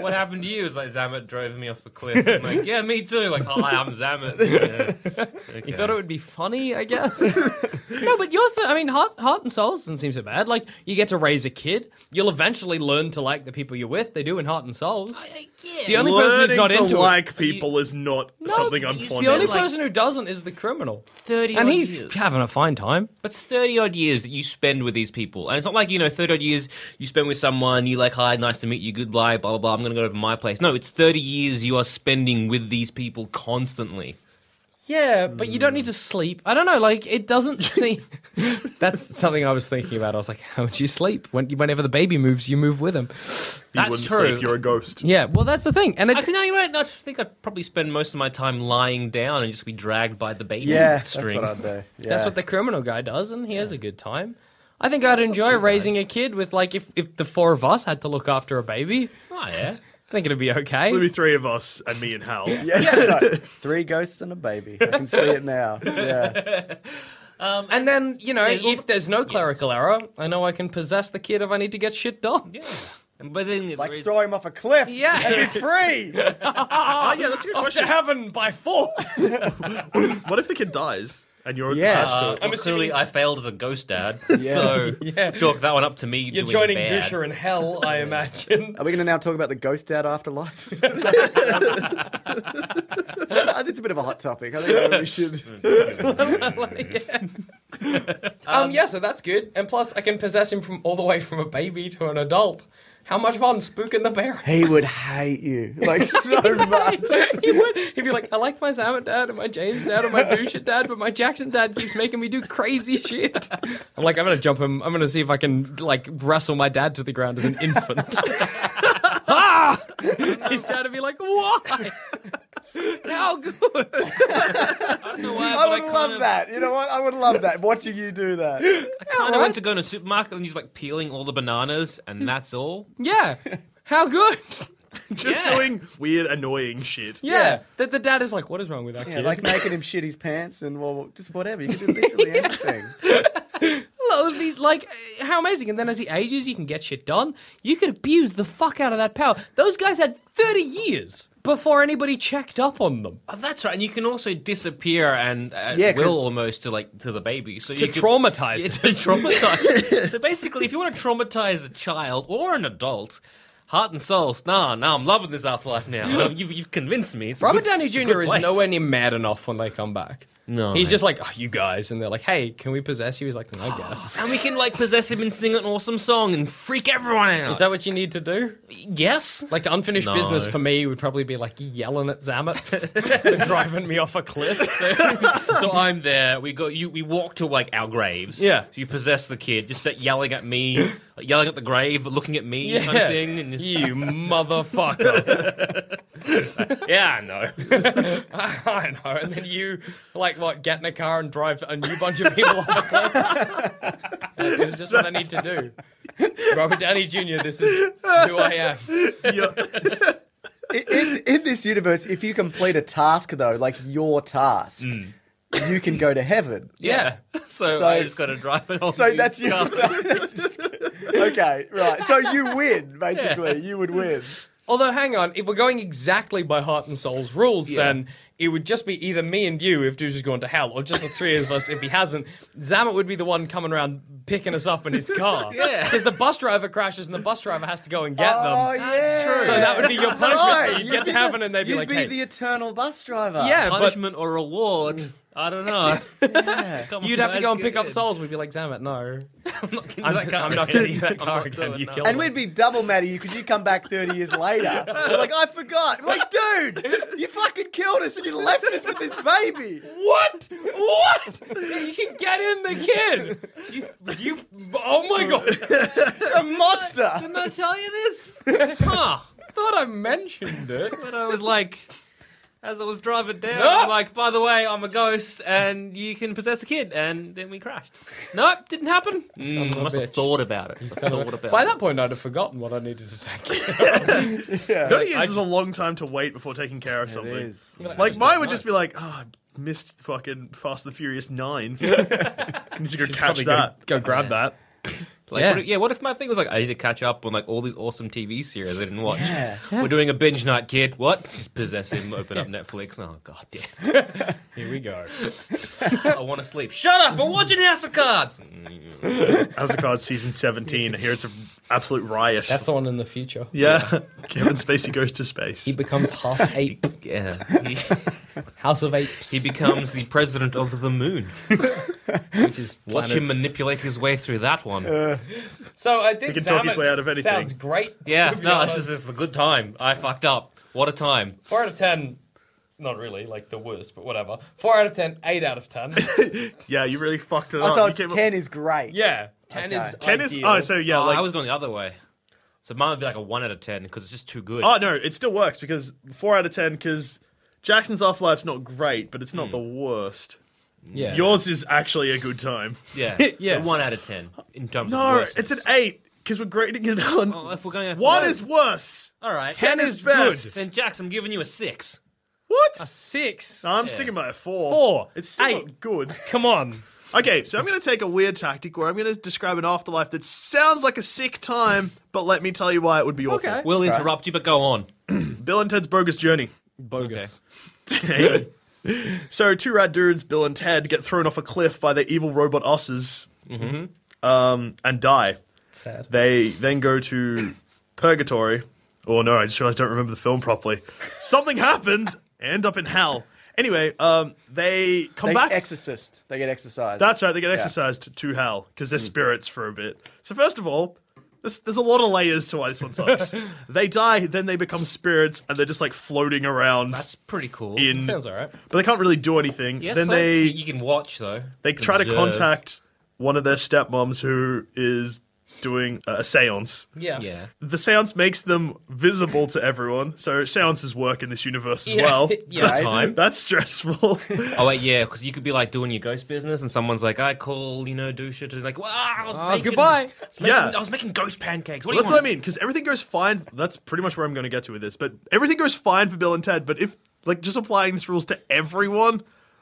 Speaker 8: What happened to you? It's like Zamet drove me off a cliff. I'm like, yeah, me too. Like, hi, I'm Zamet. Yeah.
Speaker 6: You
Speaker 8: Okay.
Speaker 6: thought it would be funny, I guess. no, but yours. I mean, heart, heart and souls doesn't seem so bad. Like you get to raise a kid. You'll eventually learn to like the people you're with. They do in heart and souls.
Speaker 8: I- Oh, yeah.
Speaker 6: The only person who's
Speaker 4: Learning
Speaker 6: not
Speaker 4: to
Speaker 6: into it.
Speaker 4: like people is not something
Speaker 8: but
Speaker 4: I'm
Speaker 8: you-
Speaker 4: fond
Speaker 6: The only
Speaker 4: of.
Speaker 8: like-
Speaker 6: person who doesn't is the criminal,
Speaker 8: 30
Speaker 6: and
Speaker 8: odd
Speaker 6: he's
Speaker 8: years.
Speaker 6: having a fine time.
Speaker 8: But it's 30 odd years that you spend with these people. And it's not like, you know, 30 odd years you spend with someone, you like, hi, nice to meet you, goodbye, blah, blah, blah, I'm going to go to my place. No, it's 30 years you are spending with these people constantly.
Speaker 6: Yeah, but you don't need to sleep. I don't know. Like it doesn't seem. That's something I was thinking about. I was like, how would you sleep? When, whenever the baby moves, you move with him.
Speaker 4: You
Speaker 8: That's
Speaker 4: wouldn't
Speaker 8: true.
Speaker 4: sleep. You're a ghost.
Speaker 6: Yeah. Well, that's the thing. And it,
Speaker 8: Actually, no, you're right. No, I think I'd probably spend most of my time lying down and just be dragged by the baby
Speaker 7: Yeah, that's
Speaker 8: string.
Speaker 7: what I'd do. Yeah.
Speaker 6: That's what the criminal guy does, and he has a good time. I think I'd enjoy raising a kid with like if, if the four of us had to look after a baby.
Speaker 8: oh, yeah.
Speaker 6: I think it'd be okay.
Speaker 4: There'll be three of us and me and Hal.
Speaker 7: Yeah, it's like three ghosts and a baby. I can see it now. Yeah,
Speaker 6: and then you know,
Speaker 8: Yeah, well-
Speaker 6: if there's no clerical error, I know I can possess the kid if I need to get shit done.
Speaker 8: Yeah. And- But then there
Speaker 7: like
Speaker 8: is-
Speaker 7: throw him off a cliff.
Speaker 6: Yeah.
Speaker 7: and be free.
Speaker 4: Oh, yeah, that's a good question.
Speaker 6: heaven by force.
Speaker 4: What if the kid dies and you're
Speaker 7: Yeah.
Speaker 4: attached
Speaker 8: Uh,
Speaker 4: to it?
Speaker 8: well, clearly, I failed as a ghost dad,
Speaker 7: Yeah.
Speaker 8: so
Speaker 6: Yeah.
Speaker 8: chalk that one up to me.
Speaker 6: You're
Speaker 8: doing
Speaker 6: joining
Speaker 8: bad.
Speaker 6: Dusha in hell, I imagine.
Speaker 7: Are we going to now talk about the ghost dad afterlife? I think it's a bit of a hot topic. I think we should.
Speaker 6: um, yeah, so that's good. And plus, I can possess him from all the way from a baby to an adult. How much fun spooking the parents?
Speaker 7: He would hate you like so much.
Speaker 6: he would. He'd be like, I like my Zaman dad and my James dad and my Dusha dad, but my Jackson dad keeps making me do crazy shit. I'm like, I'm gonna jump him. I'm gonna see if I can like wrestle my dad to the ground as an infant. ah! His dad would be like, why? How good?
Speaker 8: I don't know why,
Speaker 7: I
Speaker 8: but
Speaker 7: would
Speaker 8: kind
Speaker 7: love
Speaker 8: of-
Speaker 7: that. You know what? I would love that. Watching you do that.
Speaker 8: kind of went to go in a supermarket and he's like peeling all the bananas and that's all.
Speaker 6: Yeah. How good?
Speaker 4: Just
Speaker 8: Yeah.
Speaker 4: doing weird, annoying shit.
Speaker 6: Yeah. That the dad is like, what is wrong with that
Speaker 7: Yeah,
Speaker 6: kid?
Speaker 7: like making him shit his pants and well, just whatever. You could do literally anything.
Speaker 6: Well, it'd be like, uh, how amazing. And then as he ages, you can get shit done. You could abuse the fuck out of that power. Those guys had 30 years before anybody checked up on them.
Speaker 8: Oh, that's right. And you can also disappear and at
Speaker 7: Yeah, 'cause-
Speaker 8: will almost to like to the baby. So
Speaker 6: To
Speaker 8: you could-
Speaker 6: traumatize
Speaker 8: Yeah,
Speaker 6: it.
Speaker 8: to traumatize. so basically, if you want to traumatize a child or an adult, heart and soul, nah, nah, I'm loving this afterlife now. you've, you've convinced me. It's a
Speaker 6: Robert
Speaker 8: good-
Speaker 6: Downey
Speaker 8: it's a
Speaker 6: Jr.
Speaker 8: good
Speaker 6: is
Speaker 8: place.
Speaker 6: nowhere near mad enough when they come back.
Speaker 8: No,
Speaker 6: He's
Speaker 8: mate.
Speaker 6: just like, oh, you guys. And they're like, hey, can we possess you? He's like, I guess.
Speaker 8: And we can like possess him and sing an awesome song and freak everyone out.
Speaker 6: Is that what you need to do?
Speaker 8: yes?
Speaker 6: Like, unfinished
Speaker 8: No.
Speaker 6: business for me would probably be like yelling at Zamet for driving me off a cliff.
Speaker 8: so I'm there. We go. You, we walk to like our graves.
Speaker 6: Yeah.
Speaker 8: So you possess the kid, just like yelling at me, like, yelling at the grave, but looking at me, kind of thing. And just,
Speaker 6: you motherfucker.
Speaker 8: yeah, I know.
Speaker 6: I know. And then you, like, what, get in a car and drive a new bunch of people off a cliff? It's just what I need to do. Robert Downey Jr., this is who I am.
Speaker 4: You're-
Speaker 7: in, in- in this universe, if you complete a task though, like your task, you can go to heaven.
Speaker 8: Yeah. So,
Speaker 7: So-
Speaker 8: I just got to drive it off.
Speaker 7: So that's your that's just- okay, right? So you win, basically. You would win.
Speaker 6: Although, hang on, if we're going exactly by Heart and Soul's rules,
Speaker 8: Yeah.
Speaker 6: then it would just be either me and you if Dush has gone to hell, or just the three of us if he hasn't. Zamet would be the one coming around picking us up in his car.
Speaker 8: Yeah.
Speaker 6: Because the bus driver crashes and the bus driver has to go and get them.
Speaker 7: oh yeah,
Speaker 6: So that would be your punishment.
Speaker 7: Right,
Speaker 6: So you'd, get to
Speaker 7: be
Speaker 6: heaven
Speaker 7: the-
Speaker 6: and they'd be
Speaker 7: you'd
Speaker 6: like,
Speaker 7: be
Speaker 6: hey.
Speaker 7: the eternal bus driver.
Speaker 6: yeah, but
Speaker 8: punishment or reward. I don't know. Come
Speaker 6: You'd
Speaker 8: on,
Speaker 6: have to
Speaker 8: guys,
Speaker 6: go and
Speaker 8: get
Speaker 6: pick up
Speaker 8: in.
Speaker 6: souls. We'd be like, damn it, no.
Speaker 8: I'm not getting
Speaker 6: I'm,
Speaker 8: that car
Speaker 6: I'm not
Speaker 8: again.
Speaker 6: getting that
Speaker 8: I'm
Speaker 6: car
Speaker 8: not
Speaker 6: again.
Speaker 8: doing
Speaker 6: You
Speaker 8: that.
Speaker 6: killed
Speaker 7: And we'd be double mad at you because you come back 30 years later. You're like, I forgot. Like, dude, you fucking killed us and you left us with this baby.
Speaker 6: What? What? You can get in the kid. You, you oh my god.
Speaker 7: A monster.
Speaker 8: Didn't I tell you this? huh.
Speaker 6: thought I mentioned it.
Speaker 8: But I was like, as I was driving down,
Speaker 6: No.
Speaker 8: I'm like, by the way, I'm a ghost and you can possess a kid. And then we crashed. Nope, didn't happen. Mm,
Speaker 6: of a
Speaker 8: must have
Speaker 6: bitch.
Speaker 8: thought about it. Must have thought about
Speaker 6: By
Speaker 8: it.
Speaker 6: that point, I'd have forgotten what I needed to take.
Speaker 4: 30 years is a long time to wait before taking care of something.
Speaker 7: is.
Speaker 4: Like, mine would just be like, oh, I missed fucking Fast and the Furious 9. Need to go catch that.
Speaker 6: Go grab that.
Speaker 8: Like,
Speaker 6: Yeah.
Speaker 8: What if, yeah, what if my thing was like, I need to catch up on like all these awesome TV series I didn't watch.
Speaker 7: Yeah.
Speaker 8: We're doing a binge night, kid. What? Just possess him, open up Netflix. Oh, god damn.
Speaker 6: Here we go.
Speaker 8: I want to sleep. Shut up. I'm watching House of Cards. Mm,
Speaker 4: House of Cards season 17. I hear it's an absolute riot.
Speaker 6: That's the one in the future.
Speaker 4: yeah. Kevin Spacey goes to space.
Speaker 6: He becomes half ape.
Speaker 8: Yeah. He,
Speaker 6: House of Apes.
Speaker 8: he becomes the president of the moon.
Speaker 6: which is
Speaker 8: Watch
Speaker 6: planet-
Speaker 8: him manipulate his way through that one.
Speaker 6: So I think
Speaker 4: can talk his
Speaker 6: Zamet
Speaker 4: way out of anything.
Speaker 6: sounds great. to
Speaker 8: Yeah,
Speaker 6: be
Speaker 8: no, it's
Speaker 6: honest.
Speaker 8: just it's a good time. I fucked up. What a time.
Speaker 6: Four out of ten. not really like the worst, but whatever. Four out of ten, eight out of ten.
Speaker 4: Yeah, you really fucked it
Speaker 7: Oh,
Speaker 4: up.
Speaker 7: so
Speaker 4: You
Speaker 7: it's
Speaker 4: came up-
Speaker 7: ten is great.
Speaker 6: yeah, ten is
Speaker 4: Ten is
Speaker 6: ideal.
Speaker 4: oh, so yeah,
Speaker 8: Oh,
Speaker 4: like
Speaker 8: I was going the other way. So mine would be like a one out of ten because it's just too good.
Speaker 4: oh no, it still works because four out of ten because Jackson's Afterlife's not great, but it's
Speaker 8: Hmm.
Speaker 4: not the worst.
Speaker 6: yeah.
Speaker 4: Yours is actually a good time.
Speaker 8: yeah,
Speaker 6: yeah.
Speaker 8: So one out of ten in terms of
Speaker 4: No,
Speaker 8: worst.
Speaker 4: it's an eight because we're grading it on
Speaker 8: Oh, if we're going after
Speaker 4: one
Speaker 8: that-
Speaker 4: is worse.
Speaker 8: all right.
Speaker 4: Ten is best.
Speaker 8: Then Jax, I'm giving you a six.
Speaker 4: What?
Speaker 6: six.
Speaker 4: I'm sticking by a four.
Speaker 6: Four.
Speaker 4: It's still
Speaker 6: Eight.
Speaker 4: not good.
Speaker 6: Come on.
Speaker 4: Okay, so I'm going to take a weird tactic where I'm going to describe an afterlife that sounds like a sick time, but let me tell you why it would be awful.
Speaker 6: Okay.
Speaker 8: We'll interrupt you, but go on.
Speaker 4: Bill and Ted's Bogus Journey.
Speaker 6: Bogus.
Speaker 4: so two rad dudes, Bill and Ted, get thrown off a cliff by their evil robot osses, um, and die.
Speaker 6: Sad.
Speaker 4: They then go to purgatory. Oh no, I just realized I don't remember the film properly. Something happens, end up in hell. Anyway, um, they come
Speaker 7: They
Speaker 4: back.
Speaker 7: exorcist. They get exercised.
Speaker 4: That's right. They get exercised to hell because they're spirits for a bit. So first of all, this, there's a lot of layers to why this one sucks. they die, then they become spirits, and they're just like floating around
Speaker 8: That's pretty cool.
Speaker 4: in.
Speaker 6: Sounds alright.
Speaker 4: But they can't really do anything.
Speaker 8: Yes,
Speaker 4: then
Speaker 8: so
Speaker 4: they
Speaker 8: you can watch though.
Speaker 4: they try to
Speaker 8: Observe.
Speaker 4: contact one of their stepmoms who is doing a séance.
Speaker 6: Yeah.
Speaker 8: Yeah.
Speaker 4: The séance makes them visible to everyone. So séances work in this universe as well.
Speaker 6: yeah.
Speaker 4: That's,
Speaker 8: Fine.
Speaker 4: that's stressful.
Speaker 8: Oh wait, yeah, because you could be like doing your ghost business, and someone's like, "I call, you know, do shit," and like, "Wow, I was
Speaker 6: Ah,
Speaker 8: making,
Speaker 6: goodbye.
Speaker 8: I was making-
Speaker 4: Yeah.
Speaker 8: I was making ghost pancakes." What
Speaker 4: Well, that's
Speaker 8: do you
Speaker 4: what I
Speaker 8: want?
Speaker 4: mean, because everything goes fine. That's pretty much where I'm going to get to with this. But everything goes fine for Bill and Ted. But if like just applying these rules to everyone,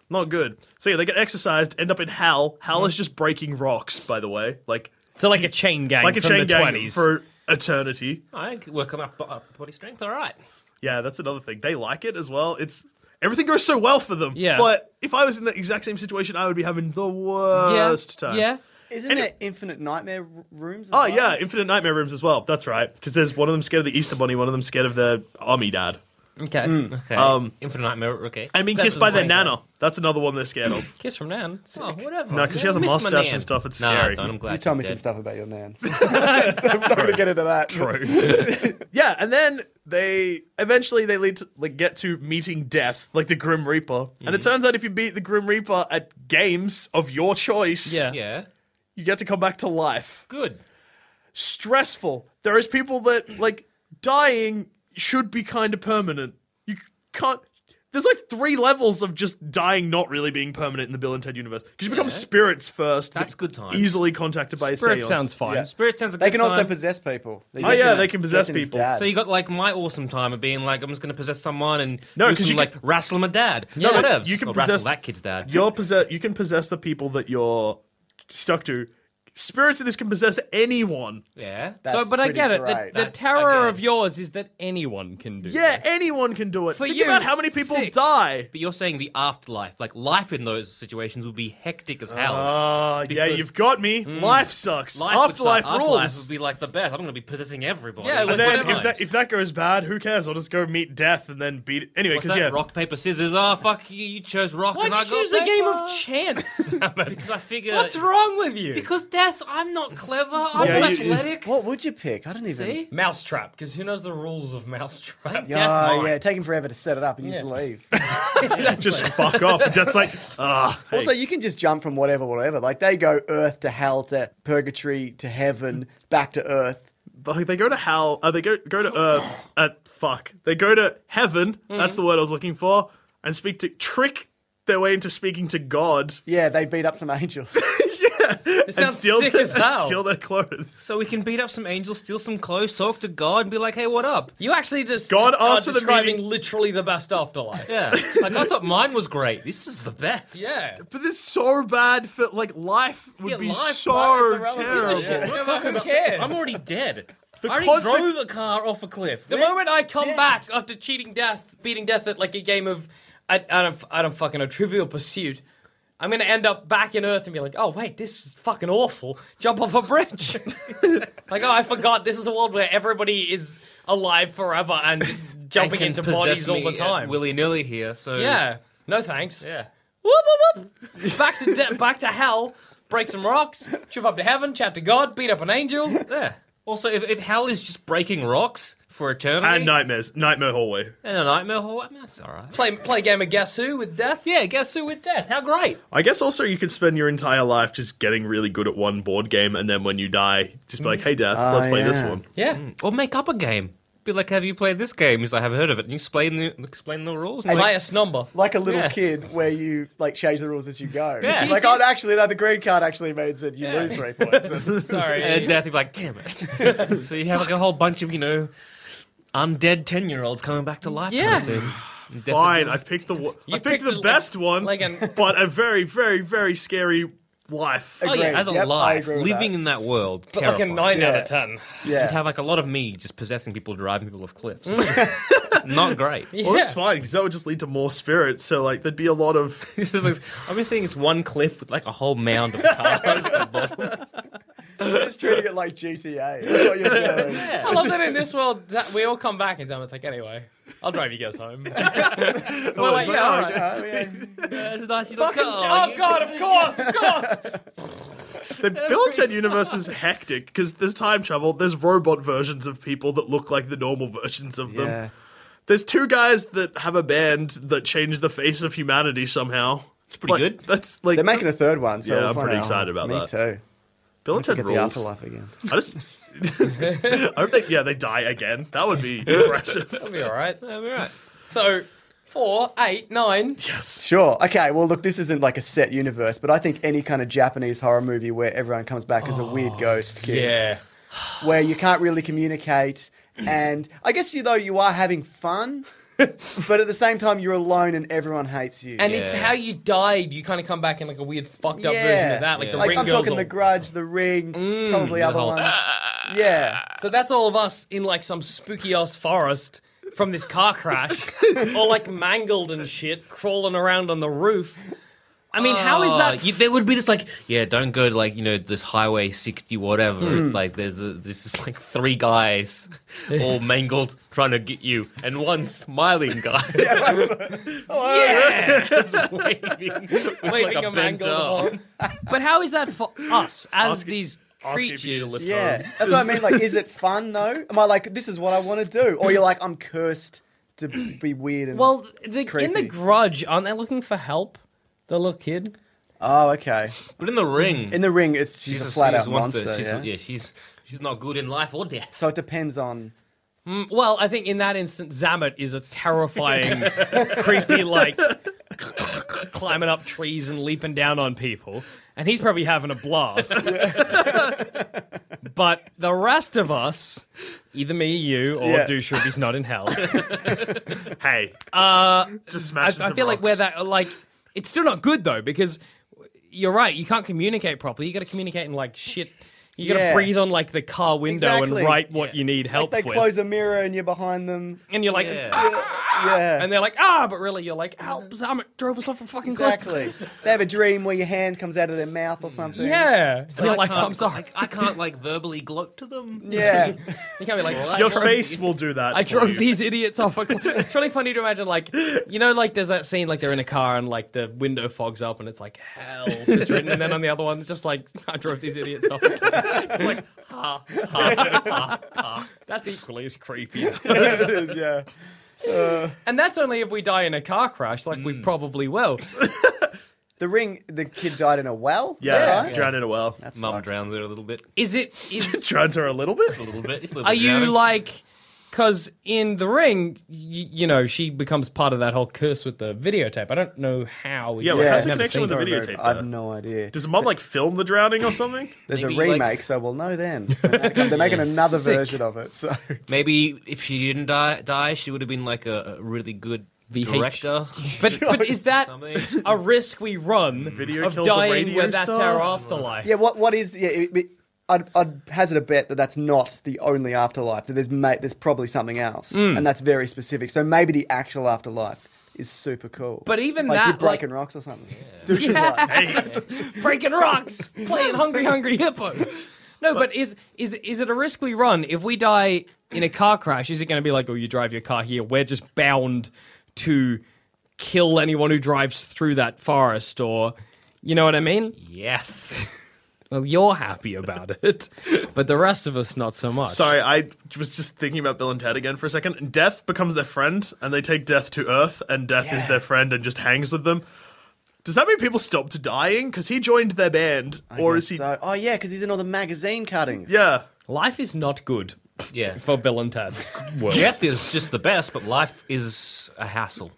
Speaker 4: not good. So yeah, they get exercised, end up in hell. Hell is just breaking rocks, by the way, like
Speaker 6: So like a chain gang
Speaker 4: like a
Speaker 6: from
Speaker 4: chain
Speaker 6: the
Speaker 4: gang
Speaker 6: 20s.
Speaker 4: for eternity.
Speaker 8: I can work on my bo- upper body strength. All right.
Speaker 4: Yeah, that's another thing. They like it as well. It's everything goes so well for them.
Speaker 6: Yeah.
Speaker 4: But if I was in the exact same situation, I would be having the worst
Speaker 6: yeah.
Speaker 4: time.
Speaker 6: Yeah.
Speaker 7: Isn't
Speaker 4: Any-
Speaker 7: there infinite nightmare r- rooms? as
Speaker 4: Oh
Speaker 7: well?
Speaker 4: yeah, Infinite Nightmare Rooms as well. That's right. Because there's one of them scared of the Easter Bunny, one of them scared of the army dad.
Speaker 6: Okay.
Speaker 8: Okay. Um, Infinite Nightmare. Okay.
Speaker 4: Hmm. And being
Speaker 6: That's
Speaker 4: kissed by their
Speaker 6: insane.
Speaker 4: nana. That's another one they're scared of.
Speaker 6: Kiss from Nan. Sick.
Speaker 8: oh, whatever.
Speaker 4: No, 'cause she has a
Speaker 8: Miss my
Speaker 4: mustache
Speaker 8: man.
Speaker 4: and stuff, it's
Speaker 8: Nah,
Speaker 4: scary.
Speaker 8: Don't, I'm glad
Speaker 7: You tell me
Speaker 8: she's
Speaker 7: some
Speaker 8: dead.
Speaker 7: stuff about your man. I'm not going to get into that.
Speaker 4: yeah, and then they eventually they lead to like get to meeting death, like the Grim Reaper. And it turns out if you beat the Grim Reaper at games of your choice,
Speaker 6: Yeah.
Speaker 8: Yeah.
Speaker 4: you get to come back to life.
Speaker 8: Good.
Speaker 4: Stressful. There is people that like dying should be kind of permanent. You can't. There's like three levels of just dying not really being permanent in the Bill and Ted universe because you become spirits first.
Speaker 8: That's
Speaker 4: that
Speaker 8: good time.
Speaker 4: Easily contacted by a
Speaker 6: Spirit
Speaker 4: seance.
Speaker 6: sounds fine.
Speaker 7: Yeah.
Speaker 8: Spirit sounds a
Speaker 7: They
Speaker 8: good
Speaker 7: can also
Speaker 8: time.
Speaker 7: possess people.
Speaker 4: Oh, yeah, they can possess people.
Speaker 8: So you got like my awesome time of being like, I'm just gonna possess someone and
Speaker 4: No,
Speaker 8: do
Speaker 4: 'cause
Speaker 8: some,
Speaker 4: you
Speaker 8: like wrestle my dad.
Speaker 6: No, but
Speaker 8: whatevs.
Speaker 4: you can
Speaker 8: Or
Speaker 4: possess-
Speaker 8: wrestle that kid's dad.
Speaker 4: you're possess- you can possess the people that you're stuck to. Spirits of this can possess anyone.
Speaker 8: Yeah.
Speaker 6: So,
Speaker 7: That's
Speaker 6: but I
Speaker 7: pretty
Speaker 6: get it.
Speaker 7: great.
Speaker 6: The, the
Speaker 8: That's-
Speaker 6: terror
Speaker 8: again-
Speaker 6: of yours is that anyone can do.
Speaker 4: Yeah, anyone can do it.
Speaker 6: For
Speaker 4: Think
Speaker 6: you,
Speaker 4: about how many people
Speaker 6: six.
Speaker 4: die.
Speaker 8: But you're saying the afterlife, like life in those situations, would be hectic as hell.
Speaker 4: Ah, yeah,
Speaker 8: Because-
Speaker 4: you've got me. Life sucks.
Speaker 8: Hmm. life would
Speaker 4: afterlife
Speaker 8: suck.
Speaker 4: rules.
Speaker 8: Afterlife would be like the best. I'm gonna be possessing everybody.
Speaker 6: Yeah,
Speaker 8: Like,
Speaker 4: and then
Speaker 8: whatever.
Speaker 4: if that, if that goes bad, who cares? I'll just go meet death and then beat. Anyway,
Speaker 8: What's
Speaker 4: because
Speaker 8: that?
Speaker 4: yeah,
Speaker 8: Rock paper scissors. Oh fuck you! You chose rock.
Speaker 6: Why
Speaker 8: and
Speaker 6: would
Speaker 8: I
Speaker 6: you
Speaker 8: got
Speaker 6: choose a game
Speaker 8: paper.
Speaker 6: of chance?
Speaker 8: Because I figured.
Speaker 6: What's wrong with you?
Speaker 8: Because death. I'm not clever. I'm
Speaker 4: Yeah,
Speaker 8: not
Speaker 4: you- you-
Speaker 8: athletic.
Speaker 7: What would you pick? I don't even.
Speaker 8: See?
Speaker 6: Mousetrap, because who knows the rules of Mousetrap?
Speaker 8: Yeah.
Speaker 7: Yeah, oh,
Speaker 8: Death
Speaker 7: yeah,
Speaker 8: Knight.
Speaker 7: taking forever to set it up and you just leave.
Speaker 4: just fuck off. And Death's like, ah. hey.
Speaker 7: Also, you can just jump from whatever, whatever. Like they go earth to hell to purgatory to heaven back to earth.
Speaker 4: Like, they go to hell. Uh, they go go to earth. Uh, fuck. They go to heaven. That's
Speaker 8: Hmm.
Speaker 4: the word I was looking for. And speak to trick their way into speaking to God.
Speaker 7: Yeah, they beat up some angels.
Speaker 6: It sounds sick as
Speaker 4: and
Speaker 6: hell.
Speaker 4: steal their clothes.
Speaker 8: So we can beat up some angels, steal some clothes, talk to God, and be like, "Hey, what up?"
Speaker 6: You actually just
Speaker 4: God
Speaker 6: are
Speaker 4: asked for the
Speaker 6: describing
Speaker 4: meaning-
Speaker 6: literally the best afterlife.
Speaker 8: Yeah. Like I thought mine was great. This is the best.
Speaker 6: yeah.
Speaker 4: But this so bad for like life would
Speaker 8: Yeah,
Speaker 4: be
Speaker 8: life,
Speaker 4: so
Speaker 7: life is
Speaker 4: terrible.
Speaker 7: irrelevant.
Speaker 8: Shit, what am I talking
Speaker 6: Who
Speaker 8: about?
Speaker 6: cares?
Speaker 8: I'm already dead.
Speaker 4: The
Speaker 8: I already
Speaker 4: conse-
Speaker 8: drove a car off a cliff.
Speaker 6: The moment I come back after cheating death, beating death at like a game of, I, I don't, I don't fucking know, Trivial Pursuit, I'm gonna end up back in Earth and be like, oh wait, this is fucking awful. Jump off a bridge. like oh, I forgot this is a world where everybody is alive forever and
Speaker 8: And
Speaker 6: jumping
Speaker 8: can
Speaker 6: into
Speaker 8: possess
Speaker 6: bodies all
Speaker 8: me
Speaker 6: the time.
Speaker 8: Willy nilly here. So
Speaker 6: yeah. No thanks.
Speaker 8: yeah.
Speaker 6: Whoop, whoop, whoop. Back to de- back to hell. Break some rocks. Trip up to heaven. Chat to God. Beat up an angel.
Speaker 8: Yeah. Also, if, if hell is just breaking rocks, for eternity.
Speaker 4: And nightmares, nightmare hallway.
Speaker 8: And a nightmare hall. I mean, that's all right.
Speaker 6: Play play a game of Guess Who with death.
Speaker 8: Yeah, guess who with death? How great!
Speaker 4: I guess also you could spend your entire life just getting really good at one board game, and then when you die, just
Speaker 6: Mm.
Speaker 4: be like, "Hey, Death, let's play this
Speaker 2: yeah.
Speaker 4: one."
Speaker 6: Yeah.
Speaker 8: Or make up a game. Be like, have you played this game? He's like, I haven't heard of it. And you explain the explain the rules. And he's like,
Speaker 6: Highest number.
Speaker 7: Like a little
Speaker 8: Yeah.
Speaker 7: kid where you like change the rules as you go.
Speaker 8: Yeah.
Speaker 7: Like oh actually no, the green card actually means that you lose three points.
Speaker 6: Sorry.
Speaker 8: and then uh, death, he'd be like, damn it. so you have like a whole bunch of you know, undead ten year olds coming back to life.
Speaker 6: Yeah. Oh,
Speaker 8: Kind of thing. And Death
Speaker 4: Fine,
Speaker 8: would-
Speaker 4: I've picked the one- I picked,
Speaker 6: picked
Speaker 4: the
Speaker 6: a- like-
Speaker 4: best one,
Speaker 6: like an-
Speaker 4: but a very, very, very scary life.
Speaker 8: Oh yeah,
Speaker 7: Agreed.
Speaker 8: as a
Speaker 7: Yep, I
Speaker 8: life,
Speaker 7: agree with
Speaker 8: living
Speaker 7: that.
Speaker 8: in that world,
Speaker 6: But like a
Speaker 8: terrifying.
Speaker 6: nine out
Speaker 7: Yeah.
Speaker 6: of ten.
Speaker 7: yeah.
Speaker 8: You'd have like a lot of me just possessing people, driving people off cliffs. Not great.
Speaker 4: Well, that's fine because that would just lead to more spirits. So like, there'd be a lot of
Speaker 8: It's just like, I'm just seeing this one cliff with like a whole mound of cars at the bottom.
Speaker 7: Just treating it like GTA. That's what you're doing.
Speaker 6: I love that in this world that we all come back and It's like, anyway, I'll drive you guys home. We're like, yeah, all right.
Speaker 7: Oh, yeah.
Speaker 8: Yeah, it's nice. He's
Speaker 6: Fucking-
Speaker 8: like,
Speaker 6: oh, God, of course, of course.
Speaker 4: the Bill universe is hectic because there's time travel. There's robot versions of people that look like the normal versions of them.
Speaker 2: Yeah.
Speaker 4: There's two guys that have a band that change the face of humanity somehow. It's
Speaker 8: pretty good.
Speaker 4: That's like
Speaker 7: They're making a third one, so
Speaker 4: Yeah,
Speaker 7: we'll
Speaker 4: I'm
Speaker 7: find
Speaker 4: pretty
Speaker 7: out.
Speaker 4: excited about that.
Speaker 7: Me too.
Speaker 4: Bill and Ted
Speaker 7: Get
Speaker 4: rules.
Speaker 7: the afterlife again.
Speaker 4: I just. I hope they yeah they die again. That would be impressive.
Speaker 6: It'll be all right.
Speaker 8: Yeah, we're right.
Speaker 6: So, four, eight, nine.
Speaker 4: yes.
Speaker 7: Sure. Okay. Well, look, this isn't like a set universe, but I think any kind of Japanese horror movie where everyone comes back as a weird
Speaker 6: Oh,
Speaker 7: ghost kid, where you can't really communicate, and I guess you though you are having fun, but at the same time you're alone and everyone hates you.
Speaker 6: And it's
Speaker 8: Yeah.
Speaker 6: how you died. You kind of come back in like a weird fucked up
Speaker 7: Yeah.
Speaker 6: version of that, like
Speaker 8: Yeah.
Speaker 6: the
Speaker 7: like
Speaker 6: ring
Speaker 7: I'm
Speaker 6: girls.
Speaker 7: talking
Speaker 6: all-
Speaker 7: The Grudge, The Ring, probably other
Speaker 8: whole-
Speaker 7: ones. yeah.
Speaker 6: so that's all of us in like some spooky ass forest from this car crash, or like mangled and shit, crawling around on the roof. I mean, how is that?
Speaker 8: Oh, you- there would be this like, yeah, don't go to like you know this highway sixty whatever.
Speaker 6: Hmm.
Speaker 8: It's like there's a, this is like three guys all mangled trying to get you, and one smiling guy just waving, with, like,
Speaker 6: waving
Speaker 8: a
Speaker 6: a
Speaker 8: bent
Speaker 6: mangled
Speaker 8: arm.
Speaker 6: arm. But how is that for us as
Speaker 4: Ask-
Speaker 6: these
Speaker 4: ask if you need a
Speaker 6: creatures?
Speaker 4: lift.
Speaker 7: Yeah, that's what I mean. Like, is it fun though? Am I like, this is what I want to do, or you're like, I'm cursed to be weird and
Speaker 6: Well, the, in the
Speaker 7: Creepy.
Speaker 6: Grudge, aren't they looking for help? The little kid.
Speaker 7: oh, okay.
Speaker 8: But in the ring,
Speaker 7: In the ring, it's she's, a flat
Speaker 8: she
Speaker 7: out
Speaker 8: just wants to-
Speaker 7: monster.
Speaker 8: she's,
Speaker 7: yeah?
Speaker 8: yeah, she's she's not good in life or death.
Speaker 7: So it depends on.
Speaker 6: Mm, Well, I think in that instance, Zamet is a terrifying, creepy, like climbing up trees and leaping down on people, and he's probably having a blast. but the rest of us, either me, you, or
Speaker 7: Yeah.
Speaker 6: Douche, if he's not in hell.
Speaker 4: Hey. Uh,
Speaker 6: I,
Speaker 4: just smash.
Speaker 6: I
Speaker 4: into
Speaker 6: feel like
Speaker 4: rocks.
Speaker 6: where that like it's still not good though because you're right. You can't communicate properly. You got to communicate in like shit. You got to
Speaker 7: Yeah.
Speaker 6: breathe on like the car window
Speaker 7: Exactly.
Speaker 6: and write what you need help
Speaker 7: They
Speaker 6: with.
Speaker 7: close a mirror and you're behind them.
Speaker 6: and you're like,
Speaker 8: Yeah.
Speaker 6: "Ah,"
Speaker 7: Yeah,
Speaker 6: and they're like, ah, but really you're like, help! Zamet drove us off a fucking cliff."
Speaker 7: exactly. they have a dream where your hand comes out of their mouth or something.
Speaker 6: Yeah. And
Speaker 8: I
Speaker 6: you're like, "Oh, um,
Speaker 8: can't-
Speaker 6: I'm sorry.
Speaker 8: I, I can't like verbally gloat to them.
Speaker 7: Yeah.
Speaker 6: You can't be like, I
Speaker 4: your
Speaker 6: drove-
Speaker 4: face will do that.
Speaker 6: I
Speaker 4: for
Speaker 6: drove
Speaker 4: you.
Speaker 6: these idiots off a cliff. It's really funny to imagine, like, you know, like there's that scene, like they're in a car and like the window fogs up and it's like hell is written, and then on the other one it's just like I drove these idiots off. A cliff. It's like ha ha ha ha. That's equally as creepy.
Speaker 7: it is, yeah.
Speaker 6: and that's only if we die in a car crash, like we probably will.
Speaker 7: The ring. The kid died in a well. Is that
Speaker 4: Yeah,
Speaker 7: right?
Speaker 4: drown in a well.
Speaker 7: That
Speaker 8: Mum
Speaker 7: sucks.
Speaker 8: drowns her a little bit.
Speaker 6: Is it? Is
Speaker 4: Drowns her a little bit.
Speaker 8: A little bit. Just a little
Speaker 6: are
Speaker 8: bit
Speaker 6: you
Speaker 8: drowning.
Speaker 6: like? Because in the ring, y- you know, she becomes part of that whole curse with the videotape. I don't know how.
Speaker 4: Yeah,
Speaker 6: exactly.
Speaker 4: well,
Speaker 7: Yeah.
Speaker 4: how's the
Speaker 7: Never
Speaker 4: connection with the
Speaker 7: Very, very-
Speaker 4: videotape?
Speaker 7: I
Speaker 4: there?
Speaker 7: have no idea.
Speaker 4: Does the mom like film the drowning or something?
Speaker 7: There's
Speaker 8: maybe,
Speaker 7: a
Speaker 8: like-
Speaker 7: remake, so we'll know then. They're making- they're making another version of it. So
Speaker 8: Maybe if she didn't die, die she would have been like a, a really good
Speaker 6: VH.
Speaker 8: director.
Speaker 6: But, but is that
Speaker 8: Something.
Speaker 6: a risk we run
Speaker 4: Video
Speaker 6: of
Speaker 4: killed the
Speaker 6: dying
Speaker 4: radio
Speaker 6: when that's
Speaker 4: star?
Speaker 6: our afterlife?
Speaker 7: yeah, what what is? Yeah, it, it- I'd, I'd hazard a bet that that's not the only afterlife. That there's mate, there's probably something else, and that's very specific. So maybe the actual afterlife is super cool.
Speaker 6: But even
Speaker 7: like
Speaker 6: that,
Speaker 7: you're breaking
Speaker 6: like-
Speaker 7: rocks or something. Douche is like,
Speaker 6: Breaking rocks, playing hungry, hungry hippos. No, but is is is it a risk we run if we die in a car crash? Is it going to be like, oh, you drive your car here? We're just bound to kill anyone who drives through that forest, or you know what I mean?
Speaker 8: yes.
Speaker 6: Well, you're happy about it, but the rest of us not so much.
Speaker 4: Sorry, I was just thinking about Bill and Ted again for a second. Death becomes their friend, and they take Death to Earth, and Death is their friend and just hangs with them. Does that mean people stopped dying? Because he joined their band, or is he?
Speaker 7: So, oh yeah, because he's in all the magazine cuttings.
Speaker 4: Yeah,
Speaker 6: Life is not good
Speaker 8: Yeah.
Speaker 6: for Bill and Ted's world.
Speaker 8: Death is just the best, but life is a hassle.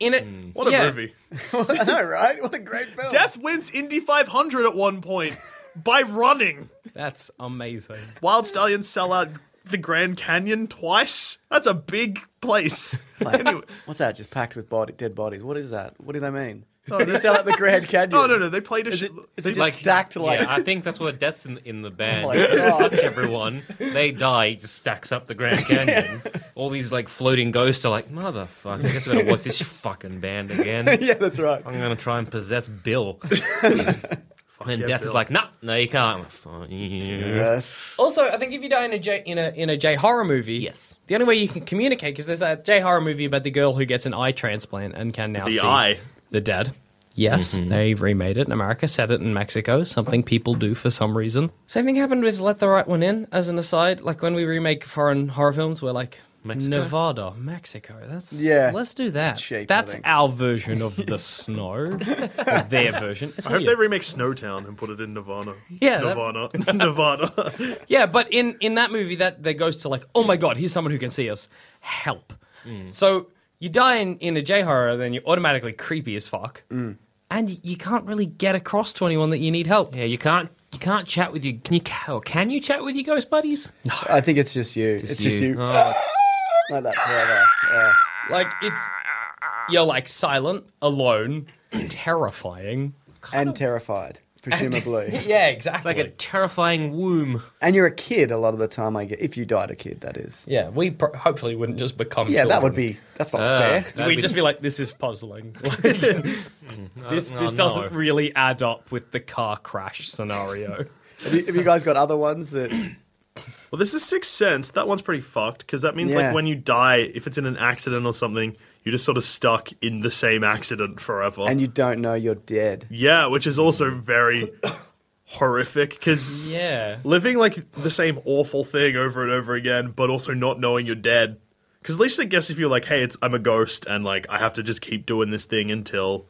Speaker 6: In it,
Speaker 4: what a
Speaker 6: yeah,
Speaker 4: movie!
Speaker 7: I know, right? What a great film.
Speaker 4: Death wins Indy 500 at one point by running.
Speaker 6: That's amazing.
Speaker 4: Wild stallions sell out the Grand Canyon twice. That's a big place. anyway,
Speaker 7: What's that? Just packed with body, dead bodies. What is that? What do they mean? Oh, they sell out the Grand Canyon.
Speaker 4: Oh, no, no, no. They played a
Speaker 7: Is
Speaker 4: shit.
Speaker 7: it, is it just stacked like?
Speaker 8: yeah, I think that's what death's in, in the band.
Speaker 7: Oh
Speaker 8: Oh
Speaker 7: my God.
Speaker 8: everyone, they die, it just stacks up the Grand Canyon. All these like floating ghosts are like, motherfucker, I guess I better watch this fucking band again.
Speaker 7: yeah, that's right.
Speaker 8: I'm gonna try and possess Bill. and
Speaker 4: yeah,
Speaker 8: Death
Speaker 4: Bill.
Speaker 8: is like, nah, no, you can't. Fuck you.
Speaker 6: Also, I think if you die in a J in a in a J horror movie,
Speaker 8: Yes.
Speaker 6: the only way you can communicate because there's that J horror movie about the girl who gets an eye transplant and can now
Speaker 4: The
Speaker 6: see
Speaker 4: eye.
Speaker 6: the dead. Yes, they remade it in America, set it in Mexico, something people do for some reason. Same thing happened with Let the Right One In, as an aside. Like when we remake foreign horror films, we're like
Speaker 8: Mexico?
Speaker 6: Nevada, Mexico. That's
Speaker 7: Yeah.
Speaker 6: Let's do that.
Speaker 7: cheap, I
Speaker 6: That's
Speaker 7: think.
Speaker 6: our version of the snow. their version. It's
Speaker 4: I hope
Speaker 6: weird.
Speaker 4: they remake Snowtown and put it in Nirvana.
Speaker 6: Yeah, that-
Speaker 4: Nirvana, Nevada.
Speaker 6: Yeah, but in in that movie, that that goes to like, oh my god, here's someone who can see us. Help.
Speaker 8: Mm.
Speaker 6: So you die in in a J horror, then you're automatically creepy as fuck,
Speaker 8: Mm.
Speaker 6: and you, you can't really get across to anyone that you need help.
Speaker 8: Yeah, you can't. You can't chat with your. Can you? ca- Or can you chat with your ghost buddies?
Speaker 7: I think it's just you. it's just you.
Speaker 8: Oh, it's-
Speaker 7: Like that forever. Yeah.
Speaker 6: Like it's you're like silent, alone, terrifying.
Speaker 7: And terrified, presumably.
Speaker 6: Yeah, exactly.
Speaker 8: like a terrifying womb.
Speaker 7: and you're a kid a lot of the time. I get if you died a kid, that is.
Speaker 6: yeah, we pr- hopefully wouldn't just become.
Speaker 7: Yeah, that would
Speaker 6: children.
Speaker 7: be. That's not fair.
Speaker 8: That'd
Speaker 6: We'd
Speaker 8: be- Mm.
Speaker 6: just be like, this is puzzling. Like, this
Speaker 8: no,
Speaker 6: this
Speaker 8: no.
Speaker 6: doesn't really add up with the car crash scenario.
Speaker 7: Have you, have you guys got other ones that?
Speaker 4: Well, this is Sixth Sense. That one's pretty fucked because that means
Speaker 7: Yeah.
Speaker 4: like when you die, if it's in an accident or something, you're just sort of stuck in the same accident forever.
Speaker 7: And you don't know you're dead.
Speaker 4: yeah, which is also very horrific because
Speaker 6: yeah.
Speaker 4: living like the same awful thing over and over again, but also not knowing you're dead. Because at least I guess if you're like, hey, it's I'm a ghost, and like I have to just keep doing this thing until.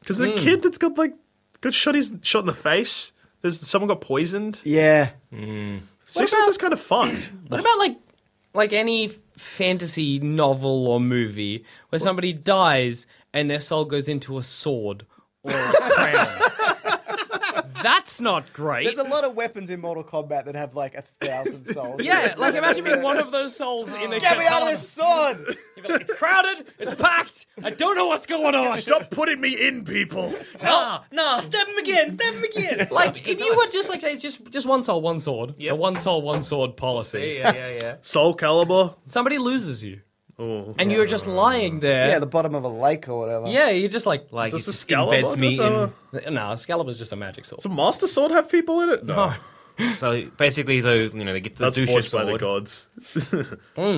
Speaker 4: Because
Speaker 7: Hmm.
Speaker 4: the kid that's got like got shot his shot in the face. There's someone got poisoned.
Speaker 7: Yeah.
Speaker 4: Sixth Sense is kind of fucked.
Speaker 6: What about like like any f- fantasy novel or movie where somebody dies and their soul goes into a sword or a crown? That's not great.
Speaker 7: There's a lot of weapons in Mortal Kombat that have like a thousand souls.
Speaker 6: yeah, like imagine being one of those souls in a
Speaker 7: Get me out
Speaker 6: katana.
Speaker 7: of this sword!
Speaker 6: You'd be like, It's crowded. It's packed. I don't know what's going on.
Speaker 4: Stop putting me in, people.
Speaker 8: Ah,
Speaker 9: oh,
Speaker 8: no, stab him again, stab him again.
Speaker 6: Like if you were just like say it's just just one soul, one sword. Yeah,
Speaker 8: Yep.
Speaker 6: one soul, one sword policy.
Speaker 8: yeah, yeah, yeah.
Speaker 4: Soul Calibur.
Speaker 6: Somebody loses you,
Speaker 4: Oh.
Speaker 6: and you're just lying there.
Speaker 7: Yeah, the bottom of a lake or whatever.
Speaker 6: Yeah, you're just like
Speaker 8: Like
Speaker 4: Does
Speaker 8: it
Speaker 4: the
Speaker 8: just
Speaker 4: Excalibur
Speaker 8: embeds me
Speaker 4: does that
Speaker 8: in.
Speaker 4: work?
Speaker 6: no, Excalibur's just a magic sword.
Speaker 4: Does a Master Sword have people in it? No.
Speaker 8: So basically, so you know they get to the
Speaker 4: That's
Speaker 8: douche
Speaker 4: forged by the
Speaker 8: sword,
Speaker 4: gods.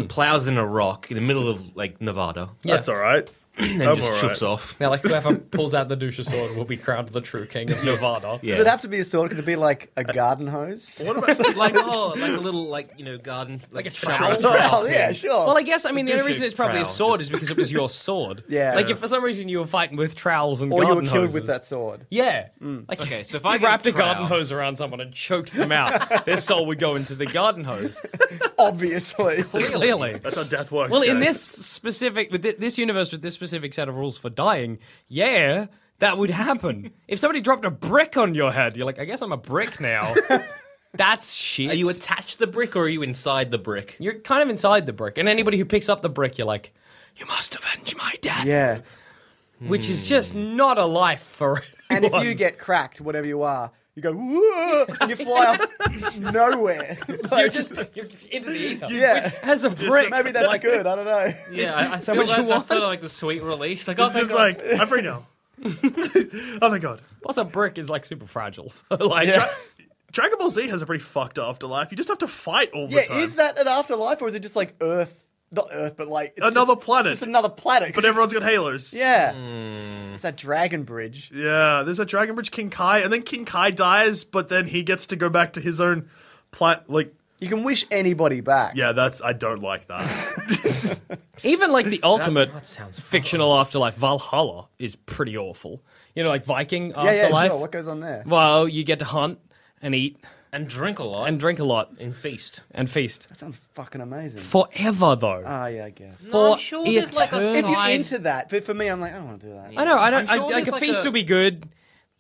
Speaker 8: plows in a rock in the middle of like Nevada,
Speaker 6: Yeah.
Speaker 4: That's all right.
Speaker 8: and
Speaker 4: I'm
Speaker 8: then just
Speaker 4: all
Speaker 8: chops
Speaker 4: right.
Speaker 8: off.
Speaker 6: Now, like whoever pulls out the douche sword will be crowned the true king of Nevada.
Speaker 8: Yeah.
Speaker 7: Does it have to be a sword? Could it be like a garden hose?
Speaker 4: What about
Speaker 8: like oh, like a little like you know garden, like, a
Speaker 6: trowel?
Speaker 7: Well, Oh, yeah, sure.
Speaker 6: Well, I guess I mean the only
Speaker 8: douche
Speaker 6: reason it's probably a
Speaker 8: trowel,
Speaker 6: sword is because it was your sword.
Speaker 7: Yeah.
Speaker 6: Like if for some reason you were fighting with trowels and
Speaker 7: or you were
Speaker 6: garden
Speaker 7: killed
Speaker 6: hoses.
Speaker 7: with that Mm. sword.
Speaker 6: Yeah. Like
Speaker 8: Okay, so if
Speaker 6: if
Speaker 8: I
Speaker 6: you
Speaker 8: get
Speaker 6: wrapped a
Speaker 8: trowel-
Speaker 6: garden hose around someone and choked them out, their soul would go into the garden hose.
Speaker 7: Obviously.
Speaker 6: Clearly.
Speaker 4: That's how death works.
Speaker 6: Well, in
Speaker 4: guys.
Speaker 6: this specific, with thi- this universe, with this specific set of rules for dying, yeah, that would happen. if somebody dropped a brick on your head, you're like, I guess I'm a brick now. That's shit.
Speaker 8: Are you attached to the brick or are you inside the brick?
Speaker 6: You're kind of inside the brick, and anybody who picks up the brick, you're like, "You must avenge my death,"
Speaker 7: Yeah.
Speaker 6: which
Speaker 8: Hmm.
Speaker 6: is just not a life for.
Speaker 7: And if
Speaker 6: anyone.
Speaker 7: you get cracked, whatever you are, you go, Whoa, and you fly off nowhere.
Speaker 6: you're
Speaker 7: Like,
Speaker 6: just you're into the ether,
Speaker 7: Yeah.
Speaker 6: which has a brick.
Speaker 7: Maybe that's good. I don't know.
Speaker 8: Yeah, I, I
Speaker 6: that
Speaker 8: feel
Speaker 6: what you
Speaker 8: like that's sort of
Speaker 6: want?
Speaker 8: like the sweet release. Like, oh,
Speaker 4: it's
Speaker 8: thank
Speaker 4: just
Speaker 8: God.
Speaker 4: like I'm free now. oh thank God.
Speaker 6: Plus, a brick is like super fragile. So like,
Speaker 7: Yeah.
Speaker 4: Dragon Ball Z has a pretty fucked afterlife. You just have to fight all the
Speaker 7: Yeah,
Speaker 4: time.
Speaker 7: is that an afterlife or is it just like Earth? not Earth, but like it's
Speaker 4: Another
Speaker 7: just- it's
Speaker 4: planet.
Speaker 7: just another planet.
Speaker 4: But Hmm. everyone's got halos.
Speaker 7: yeah, it's that dragon bridge.
Speaker 4: Yeah, there's a Dragon Bridge King Kai, and then King Kai dies, but then he gets to go back to his own plant. Like,
Speaker 7: You can wish anybody back.
Speaker 4: yeah, that's I don't like that.
Speaker 6: Even like the ultimate
Speaker 8: that sounds fun.
Speaker 6: fictional afterlife, Valhalla, is pretty awful. You know, like Viking
Speaker 7: yeah, yeah,
Speaker 6: afterlife.
Speaker 7: sure. What goes on there?
Speaker 6: Well, you get to hunt and eat
Speaker 8: and drink a lot
Speaker 6: and drink a lot
Speaker 8: and feast.
Speaker 6: and feast
Speaker 7: That sounds fucking amazing.
Speaker 6: forever, though.
Speaker 7: Ah, yeah, I guess.
Speaker 6: For
Speaker 8: I'm sure there's like a
Speaker 6: eternity.
Speaker 7: if you're
Speaker 8: side-
Speaker 7: into that, but for me, I'm like, I don't want to do that.
Speaker 6: I know. I don't.
Speaker 8: I'm
Speaker 6: I,
Speaker 8: sure
Speaker 6: like
Speaker 8: there's
Speaker 6: a
Speaker 8: like
Speaker 6: feast
Speaker 8: a-
Speaker 6: will be good.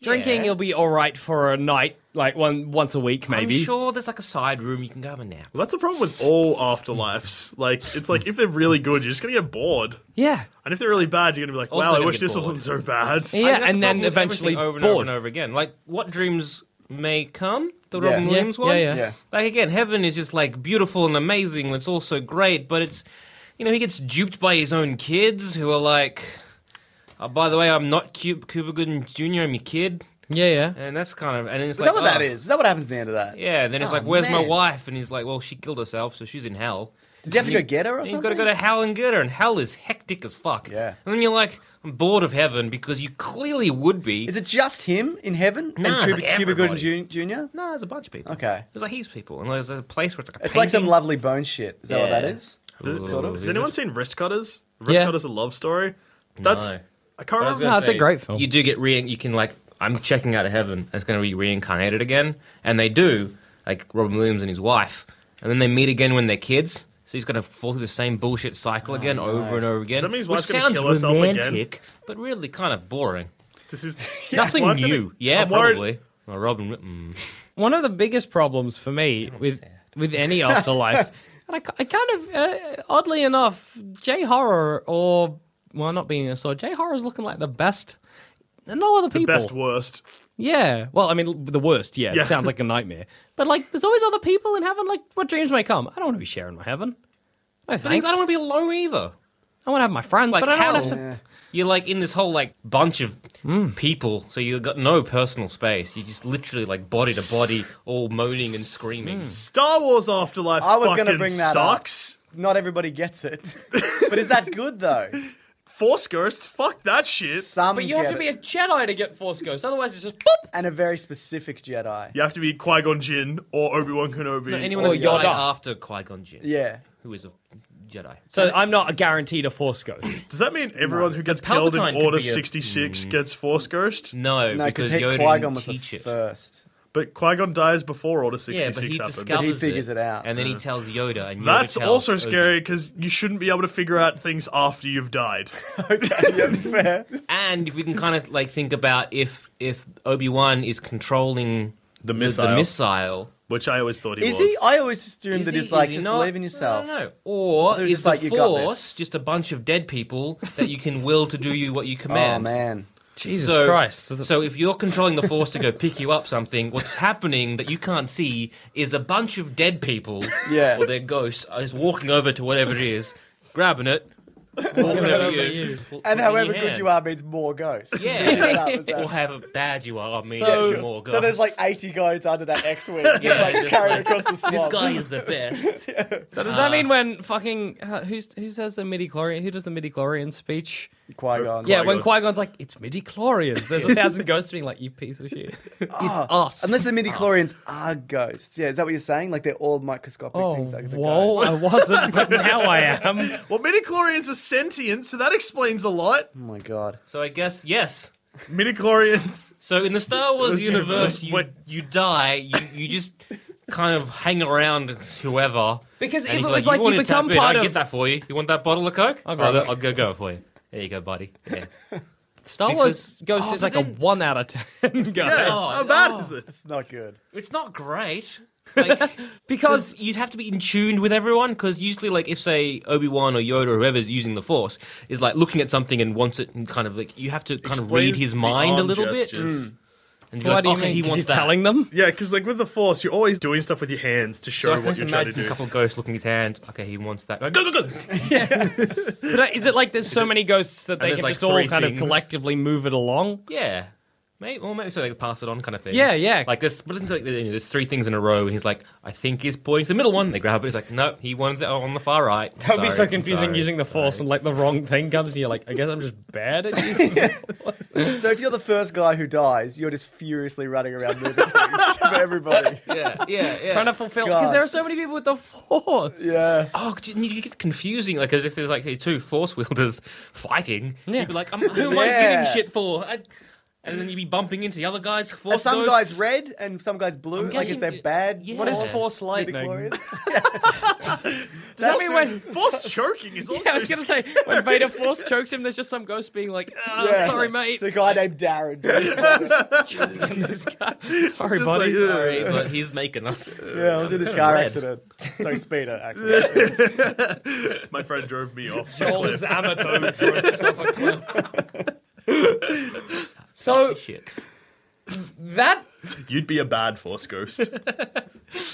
Speaker 6: Drinking
Speaker 8: Yeah.
Speaker 6: will be all right for a night, like one once a week, maybe.
Speaker 8: I'm sure there's like a side room you can go have a nap.
Speaker 4: well, that's the problem with all afterlives. Like, it's like if they're really good, you're just gonna get bored,
Speaker 6: Yeah.
Speaker 4: and if they're really bad, you're gonna be like,
Speaker 8: Also
Speaker 4: wow, I
Speaker 8: gonna
Speaker 4: wish
Speaker 8: get
Speaker 4: this
Speaker 8: bored.
Speaker 4: wasn't so bad.
Speaker 6: Yeah,
Speaker 8: I think that's
Speaker 6: and then
Speaker 8: the problem with everything
Speaker 6: eventually
Speaker 8: over and over
Speaker 6: bored.
Speaker 8: and over again. Like what dreams may come, the
Speaker 7: Yeah.
Speaker 8: Robin
Speaker 7: Yeah,
Speaker 8: Williams
Speaker 6: yeah,
Speaker 8: one.
Speaker 6: yeah.
Speaker 7: Yeah.
Speaker 8: Like again, heaven is just like beautiful and amazing. It's also great, but it's you know he gets duped by his own kids who are like, oh, by the way, I'm not Cuba, Cuba Gooden Jr. I'm your kid,
Speaker 6: Yeah, yeah.
Speaker 8: and that's kind of and it's
Speaker 7: Is
Speaker 8: like
Speaker 7: that what
Speaker 8: oh.
Speaker 7: that is? Is that what happens at the end of that?
Speaker 8: Yeah, then it's
Speaker 7: Oh,
Speaker 8: like, where's my
Speaker 7: man.
Speaker 8: wife? And he's like, well, she killed herself, so she's in hell.
Speaker 7: Does he have to go get her or
Speaker 8: And
Speaker 7: something?
Speaker 8: he's got to go to hell and get her, and hell is hectic as fuck.
Speaker 7: Yeah.
Speaker 8: And then you're like, I'm bored of heaven because you clearly would be.
Speaker 7: Is it just him in heaven?
Speaker 8: Nah, it's
Speaker 7: and Cuba,
Speaker 8: like
Speaker 7: Cuba
Speaker 8: everybody.
Speaker 7: Gooden Jr.
Speaker 8: No, there's a bunch of people.
Speaker 7: Okay.
Speaker 8: There's like heaps of people, and there's a place where it's like a
Speaker 7: It's like some
Speaker 8: painting.
Speaker 7: lovely bone shit. Is that what that
Speaker 8: Yeah.
Speaker 7: is?
Speaker 4: Has,
Speaker 8: Sort of.
Speaker 4: has anyone seen Wrist Cutters? Wrist
Speaker 6: Yeah.
Speaker 4: Cutters: A Love Story. That's
Speaker 8: No.
Speaker 4: I can't
Speaker 8: I
Speaker 4: remember.
Speaker 8: was gonna
Speaker 6: No, it's a
Speaker 8: say,
Speaker 6: great film.
Speaker 8: You do get re. You can like, I'm checking out of heaven. and It's going to be reincarnated again, and they do like Robin Williams and his wife, and then they meet again when they're kids. So he's going to fall through the same bullshit
Speaker 6: Oh,
Speaker 8: cycle again, over and over again.
Speaker 4: that mean his
Speaker 8: which
Speaker 4: wife's gonna
Speaker 8: sounds
Speaker 4: kill herself again?
Speaker 8: romantic, but really kind of boring.
Speaker 4: This is
Speaker 8: Nothing
Speaker 4: Why
Speaker 8: new.
Speaker 4: couldn't it-
Speaker 8: yeah,
Speaker 4: I'm worried-
Speaker 8: probably. Well, Robin. Mm.
Speaker 6: one of the biggest problems for me with with any afterlife, and I, ki- I kind of uh, oddly enough, J horror or well, not being a sword, J horror is looking like the best. No other people.
Speaker 4: Best worst.
Speaker 6: yeah. Well, I mean, l- the worst. Yeah,
Speaker 4: Yeah.
Speaker 6: It sounds like a nightmare. But like, there's always other people in heaven. Like, what dreams may come. I don't want to be sharing my heaven. No
Speaker 8: I
Speaker 6: thanks.
Speaker 8: don't want to be alone either.
Speaker 6: I want to have my friends,
Speaker 8: Like
Speaker 6: but I don't
Speaker 8: hell.
Speaker 6: have to.
Speaker 8: You're like in this whole like bunch of
Speaker 7: Mm.
Speaker 8: people, so you've got no personal space. You're just literally like body to body, all moaning and screaming.
Speaker 7: Mm.
Speaker 4: Star Wars Afterlife.
Speaker 7: I was gonna
Speaker 4: fucking
Speaker 7: bring that up.
Speaker 4: sucks.
Speaker 7: Not everybody gets it. but is that good though?
Speaker 4: Force Ghosts. Fuck that shit.
Speaker 7: Some
Speaker 6: But you have
Speaker 7: get
Speaker 6: to
Speaker 7: it.
Speaker 6: be a Jedi to get Force Ghosts. Otherwise, it's just boop.
Speaker 7: and a very specific Jedi.
Speaker 4: You have to be Qui Gon Jinn or Obi Wan Kenobi.
Speaker 8: Anyone
Speaker 6: Or
Speaker 7: Oh,
Speaker 8: that's died
Speaker 6: Yoda.
Speaker 8: after Qui Gon Jinn,
Speaker 7: Yeah.
Speaker 8: who is a Jedi.
Speaker 6: So I'm not guaranteed a Force Ghost.
Speaker 4: Does that mean everyone who gets killed in
Speaker 8: Palpatine could
Speaker 4: Order
Speaker 8: be a- Hmm.
Speaker 4: 66 gets Force Ghost?
Speaker 8: No,
Speaker 7: No,
Speaker 8: because
Speaker 7: he-
Speaker 8: Yoda
Speaker 7: Qui-Gon
Speaker 8: didn't
Speaker 7: was the
Speaker 8: teach it.
Speaker 7: first.
Speaker 4: But Qui Gon dies before Order
Speaker 8: Yeah,
Speaker 4: 66
Speaker 8: but he
Speaker 4: happened.
Speaker 8: discovers
Speaker 7: figures it out.
Speaker 8: and then he tells Yoda, and Yoda
Speaker 4: That's
Speaker 8: tells
Speaker 4: also
Speaker 8: Obi-
Speaker 4: scary because you shouldn't be able to figure out things after you've died.
Speaker 8: And if we can kind of like think about if if Obi Wan is controlling
Speaker 4: The
Speaker 8: the,
Speaker 4: missile.
Speaker 8: missile
Speaker 4: which I always thought he
Speaker 7: Is
Speaker 4: was.
Speaker 7: he? I always assume
Speaker 8: Is
Speaker 7: that
Speaker 8: he-
Speaker 7: it's like
Speaker 8: is he
Speaker 7: just
Speaker 8: not?
Speaker 7: believe in yourself.
Speaker 8: I don't know. Or
Speaker 7: They're
Speaker 8: is
Speaker 7: just
Speaker 8: the
Speaker 7: like, "You got
Speaker 8: force
Speaker 7: this."
Speaker 8: just a bunch of dead people that you can will to do you what you
Speaker 7: Oh
Speaker 8: command?
Speaker 7: man.
Speaker 6: Jesus
Speaker 8: So,
Speaker 6: Christ.
Speaker 8: so if you're controlling the force to go pick you up something, what's happening that you can't see is a bunch of dead people
Speaker 7: Yeah.
Speaker 8: or their ghosts are just walking over to whatever it is, grabbing it, walking over you,
Speaker 7: And however good you are means more ghosts.
Speaker 8: Yeah.
Speaker 7: That was that.
Speaker 8: or however bad you are, I mean,
Speaker 7: So,
Speaker 8: it's more ghosts.
Speaker 7: so there's like 80 guys under that X-wing just
Speaker 8: Yeah,
Speaker 7: like
Speaker 8: just
Speaker 7: carried
Speaker 8: like,
Speaker 7: across the swamp.
Speaker 8: this guy is the best.
Speaker 6: So does that mean when fucking uh, who's who says the midi chlorian? Who does the midi chlorian speech?
Speaker 7: Qui-Gon.
Speaker 6: Yeah, when Qui Gon's like, "It's midi chlorians." There's a thousand ghosts being like, "You piece of shit." It's us.
Speaker 7: Unless the midichlorians are ghosts. Yeah, is that what you're saying? Like they're all microscopic
Speaker 6: Oh,
Speaker 7: things like the
Speaker 6: whoa!
Speaker 7: ghosts.
Speaker 6: I wasn't, but now I am.
Speaker 4: Well, midichlorians are sentient, so that explains a lot.
Speaker 7: Oh my god.
Speaker 8: So I guess, yes.
Speaker 4: Midichlorians.
Speaker 8: So in the Star Wars
Speaker 4: This universe,
Speaker 8: universe, you,
Speaker 4: what-
Speaker 8: you die, you, you just kind of hang around whoever.
Speaker 6: Because
Speaker 8: And
Speaker 6: if
Speaker 8: he's
Speaker 6: it was like,
Speaker 8: want
Speaker 6: you
Speaker 8: to
Speaker 6: become
Speaker 8: tap in,
Speaker 6: part
Speaker 8: I'll
Speaker 6: of
Speaker 8: get that for you. You want that bottle of Coke? I'll,
Speaker 6: grab it.
Speaker 8: I'll go go for you. There you go, buddy. Yeah.
Speaker 6: Star
Speaker 8: because-
Speaker 6: Wars Ghost
Speaker 8: Oh,
Speaker 6: is
Speaker 8: but
Speaker 6: like a
Speaker 8: then-
Speaker 6: one out of ten guy.
Speaker 4: Yeah,
Speaker 8: Oh,
Speaker 4: how bad
Speaker 8: oh.
Speaker 4: is it?
Speaker 7: It's not good.
Speaker 8: It's not great. Like,
Speaker 6: Because
Speaker 8: because you'd have to be in tune with everyone. Because usually, like if say Obi Wan or Yoda or whoever's using the Force is like looking at something and wants it, and kind of like you have to kind of read
Speaker 4: Explains
Speaker 8: his
Speaker 4: the
Speaker 8: mind a
Speaker 4: arm
Speaker 8: little bit. Mm.
Speaker 4: gestures. Mm.
Speaker 8: And be
Speaker 6: what
Speaker 8: like,
Speaker 6: do you
Speaker 8: okay,
Speaker 6: mean?
Speaker 8: he
Speaker 6: 'Cause
Speaker 8: wants
Speaker 6: you're
Speaker 8: that.
Speaker 6: telling them.
Speaker 4: Yeah, because like with the force, you're always doing stuff with your hands to
Speaker 8: So
Speaker 4: show
Speaker 8: I can
Speaker 4: what
Speaker 8: just
Speaker 4: you're trying to
Speaker 8: imagine a
Speaker 4: do.
Speaker 8: couple of ghosts looking at his hand. Okay, he wants that. Go go go!
Speaker 6: But uh, is it like there's so many ghosts that they
Speaker 8: there's
Speaker 6: can
Speaker 8: like
Speaker 6: just all
Speaker 8: three
Speaker 6: kind of
Speaker 8: things.
Speaker 6: collectively move it along?
Speaker 8: Yeah. Maybe, or maybe so they could pass it on, kind of thing.
Speaker 6: Yeah, yeah.
Speaker 8: Like there's, but it's like, you know, there's three things in a row, and he's like, I think he's pointing to the middle one. They grab it. He's like, no, he wanted it on the far right.
Speaker 6: That would be so
Speaker 8: Sorry,
Speaker 6: confusing
Speaker 8: sorry,
Speaker 6: using the force
Speaker 8: sorry.
Speaker 6: and like the wrong thing comes and you're like, I guess I'm just bad at using the force.
Speaker 7: So if you're the first guy who dies, you're just furiously running around moving things for everybody.
Speaker 8: yeah, yeah, yeah.
Speaker 6: Trying to fulfill because
Speaker 7: God.
Speaker 6: there are so many people with the force.
Speaker 7: Yeah.
Speaker 8: Oh, you, you get confusing, like as if there's like say, two force wielders fighting. You'd be like, I'm, who am I
Speaker 7: Yeah.
Speaker 8: getting shit for? I, and then you'd be bumping into the other guys.
Speaker 7: Are
Speaker 8: Force
Speaker 7: some
Speaker 8: ghosts.
Speaker 7: guys red and some guys blue?
Speaker 8: I'm
Speaker 7: like, is
Speaker 8: guessing
Speaker 7: there
Speaker 8: it-
Speaker 7: bad?
Speaker 8: yeah.
Speaker 6: What is
Speaker 8: Yes.
Speaker 6: force lightning?
Speaker 7: midichlorians?
Speaker 6: Does that mean when
Speaker 4: Force choking is also.
Speaker 6: Yeah, I was gonna say when Vader Force chokes him, there's just some ghost being like, "Ah,
Speaker 7: Yeah.
Speaker 6: "Sorry, mate."
Speaker 7: It's a guy named Darren.
Speaker 6: This guy- Sorry,
Speaker 4: Just
Speaker 6: buddy.
Speaker 4: like,
Speaker 8: Sorry, but he's making us.
Speaker 7: yeah, I was in this car
Speaker 8: Red.
Speaker 7: accident. Sorry, speeder accident.
Speaker 4: My friend drove me off.
Speaker 6: Joel is amateur. throwing himself a cliff. so
Speaker 8: Shit.
Speaker 6: that
Speaker 4: You'd be a bad force ghost.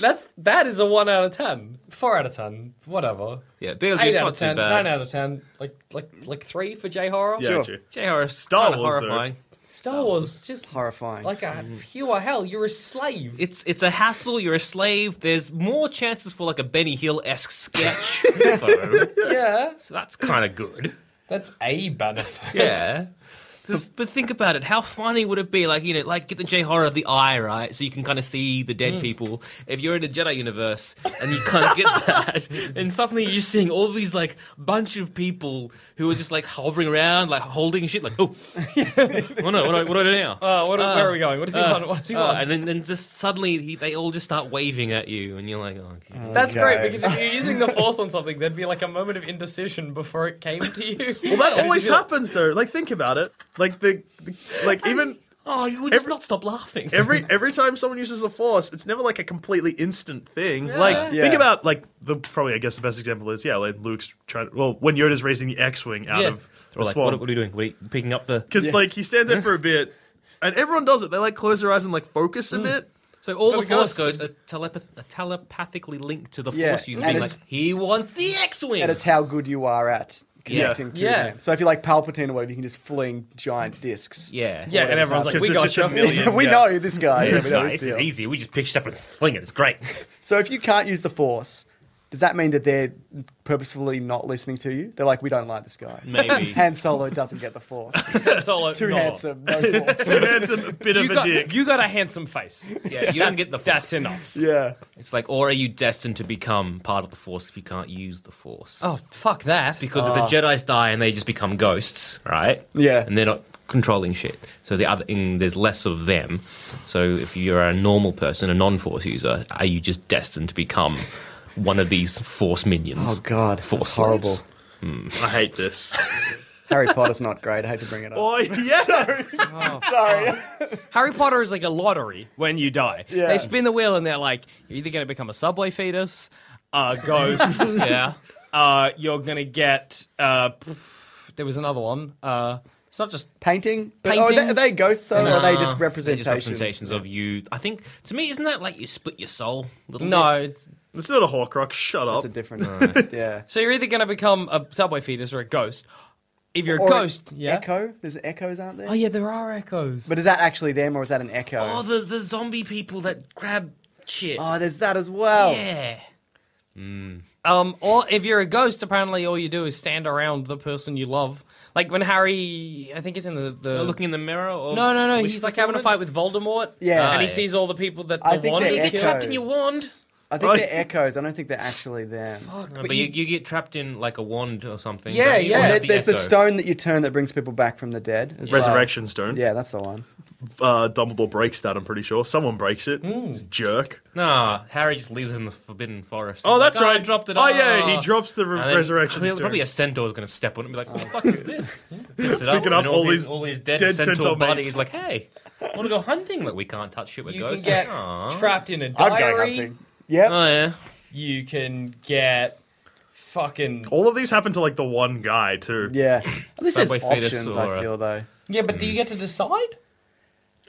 Speaker 6: that's that is a one out of ten, four out of ten, whatever.
Speaker 8: Yeah, Bill
Speaker 6: Eight
Speaker 8: it's
Speaker 6: out
Speaker 8: not
Speaker 6: of
Speaker 8: too
Speaker 6: ten,
Speaker 8: bad.
Speaker 6: nine out of ten, like like like three for J horror.
Speaker 4: Yeah,
Speaker 7: Sure.
Speaker 4: true.
Speaker 8: J Horus,
Speaker 4: Star
Speaker 8: Star Wars,
Speaker 4: Wars, though.
Speaker 8: horrifying.
Speaker 6: Star Wars just
Speaker 7: Horrifying.
Speaker 6: like a pure hell. You're a slave.
Speaker 8: It's it's a hassle. You're a slave. There's more chances for like a Benny Hill esque sketch, though,
Speaker 6: yeah,
Speaker 8: so that's kind of good.
Speaker 6: that's a benefit.
Speaker 8: Yeah. Just, but think about it. How funny would it be? Like you know, like get the J horror of the eye, right? So you can kind of see the
Speaker 6: Hmm.
Speaker 8: dead people. If you're in the Jedi universe and you kind of get that, and suddenly you're seeing all these like bunch of people who are just like hovering around, like holding shit, like oh, oh no, what do I, what do I do now?
Speaker 6: Uh, what,
Speaker 8: Uh,
Speaker 6: where are we going? What does he
Speaker 8: uh,
Speaker 6: want? What does he
Speaker 8: uh,
Speaker 6: want?
Speaker 8: And then, then just suddenly he, they all just start waving at you, and you're like, oh, okay.
Speaker 6: That's
Speaker 7: Okay.
Speaker 6: great because if you're using the force on something, there'd be like a moment of indecision before it came to you.
Speaker 4: Well, that always happens, though. Like, think about it. Like the, the like even
Speaker 8: oh, you would just
Speaker 4: Every-
Speaker 8: not stop laughing.
Speaker 4: every every time someone uses a force, it's never like a completely instant thing. Like,
Speaker 7: Yeah.
Speaker 4: think about like the probably I guess the best example is yeah, like Luke's trying. Well, when Yoda's raising the X-wing out
Speaker 6: Yeah.
Speaker 4: of the
Speaker 8: We're like,
Speaker 4: swamp,
Speaker 8: what, what are you doing? What are you picking up the?
Speaker 4: because like he stands there for a bit, and everyone does it. They like close their eyes and like focus a bit.
Speaker 8: So all
Speaker 6: For
Speaker 8: the,
Speaker 6: the
Speaker 8: Force
Speaker 6: ghosts.
Speaker 8: ghosts are, telepath- are telepathically linked to the
Speaker 7: Yeah,
Speaker 8: Force using
Speaker 7: and
Speaker 8: being like,
Speaker 7: it's-
Speaker 8: he wants the X-Wing.
Speaker 7: and it's how good you are at connecting to
Speaker 6: Yeah.
Speaker 7: them. So if you're like Palpatine or whatever, you can just fling giant discs.
Speaker 8: yeah,
Speaker 6: yeah, and everyone's like,
Speaker 4: Because
Speaker 6: "We
Speaker 4: there's
Speaker 6: got
Speaker 4: just a
Speaker 6: you."
Speaker 4: million.
Speaker 7: we
Speaker 4: yeah.
Speaker 7: know this guy. Yeah,
Speaker 8: It's
Speaker 7: we know
Speaker 8: nice.
Speaker 7: his
Speaker 8: This is
Speaker 7: deal.
Speaker 8: easy. We just pitched up and fling it. It's great.
Speaker 7: So if you can't use the force, does that mean that they're purposefully not listening to you? They're like, we don't like this guy.
Speaker 8: Maybe.
Speaker 7: Han Solo doesn't get the force.
Speaker 6: Solo,
Speaker 7: Too
Speaker 6: no.
Speaker 7: handsome, no force.
Speaker 4: Handsome, a bit
Speaker 6: You
Speaker 4: of a
Speaker 6: got,
Speaker 4: dick.
Speaker 6: you got a handsome face.
Speaker 8: yeah, you don't get the Force.
Speaker 6: That's enough.
Speaker 7: yeah.
Speaker 8: It's like, or are you destined to become part of the Force if you can't use the Force?
Speaker 6: Oh fuck that!
Speaker 8: Because if the Jedi's die and they just become ghosts, right?
Speaker 7: Ah. Yeah.
Speaker 8: And they're not controlling shit. So the other in, there's less of them. So if you're a normal person, a non-Force user, are you just destined to become one of these Force minions?
Speaker 7: Oh God,
Speaker 8: Force
Speaker 7: that's horrible.
Speaker 8: slaves?
Speaker 4: I hate this.
Speaker 7: Harry Potter's not great. I hate to bring it up.
Speaker 4: Oh yes.
Speaker 7: Sorry.
Speaker 6: Harry Potter is like a lottery when you die.
Speaker 7: Yeah.
Speaker 6: They spin the wheel and they're like, "You're either going to become a subway fetus, a ghost,
Speaker 8: Yeah.
Speaker 6: uh, you're going to get." Uh, pff, there was another one. Uh, it's not just
Speaker 7: Painting? But, oh,
Speaker 6: Painting?
Speaker 7: Are, they, are they ghosts though, or are they
Speaker 8: Nah,
Speaker 7: just
Speaker 8: they're
Speaker 7: representations?
Speaker 8: representations of you. I think to me, isn't that like you split your soul? A little
Speaker 6: no.
Speaker 8: bit?
Speaker 6: It's,
Speaker 4: It's not a Horcrux. Shut up.
Speaker 7: That's a different. yeah.
Speaker 6: So you're either going to become a subway fetus or a ghost. If you're a
Speaker 7: Or
Speaker 6: ghost,
Speaker 7: e-
Speaker 6: yeah.
Speaker 7: Echo? There's echoes, aren't there?
Speaker 6: Oh yeah, there are echoes.
Speaker 7: But is that actually them, or is that an echo?
Speaker 8: Oh, the the zombie people that grab shit.
Speaker 7: Oh, there's that as well.
Speaker 8: yeah.
Speaker 6: um, or if you're a ghost, apparently all you do is stand around the person you love. Like when Harry, I think it's in the the.
Speaker 8: Looking in the mirror? Or
Speaker 6: no, no, no.
Speaker 8: which
Speaker 6: He's like having a
Speaker 8: performance?
Speaker 6: fight with Voldemort.
Speaker 7: Yeah.
Speaker 6: and he
Speaker 8: Ah, yeah.
Speaker 6: sees all the people that
Speaker 7: I
Speaker 6: the
Speaker 7: think
Speaker 6: wand
Speaker 7: they're
Speaker 6: is
Speaker 7: echoes.
Speaker 6: killed.
Speaker 8: Trapped in your wand.
Speaker 7: I think they're echoes. I don't think they're actually them.
Speaker 8: No, but you, you get trapped in like a wand or something.
Speaker 6: Yeah,
Speaker 8: don't you?
Speaker 6: yeah.
Speaker 8: Or is
Speaker 7: There-
Speaker 8: it
Speaker 7: there's the
Speaker 8: echo?
Speaker 7: stone that you turn that brings people back from the dead. as well.
Speaker 4: Resurrection stone.
Speaker 7: Yeah, that's the one.
Speaker 4: Uh, Dumbledore breaks that. I'm pretty sure someone breaks it.
Speaker 6: Hmm.
Speaker 4: He's a jerk.
Speaker 8: Nah, Harry just leaves it in the Forbidden Forest.
Speaker 4: Oh, that's
Speaker 8: Like,
Speaker 4: right.
Speaker 8: I dropped it.
Speaker 4: Oh, yeah,
Speaker 8: Ah.
Speaker 4: he drops the
Speaker 8: And
Speaker 4: re-
Speaker 8: then
Speaker 4: resurrection
Speaker 8: clearly-
Speaker 4: stone.
Speaker 8: Probably a centaur is going to step on it and be like, "What the fuck is this?" Picks it up,
Speaker 4: Picking up
Speaker 8: and all,
Speaker 4: all
Speaker 8: his,
Speaker 4: these
Speaker 8: all his dead,
Speaker 4: dead
Speaker 8: centaur,
Speaker 4: centaur mates.
Speaker 8: buddies. Like, hey, want to go hunting? Like, we can't touch shit with
Speaker 6: You can
Speaker 8: ghosts.
Speaker 6: get
Speaker 8: Aw.
Speaker 6: trapped in a
Speaker 7: I'm
Speaker 6: diary.
Speaker 7: going hunting. Yep.
Speaker 8: Oh yeah.
Speaker 6: You can get fucking.
Speaker 4: All of these happen to like the one guy too.
Speaker 7: yeah. At least there's
Speaker 8: Subway fetus
Speaker 7: options.
Speaker 8: or
Speaker 7: I
Speaker 8: a-
Speaker 7: feel though.
Speaker 6: Yeah, but do you get to decide?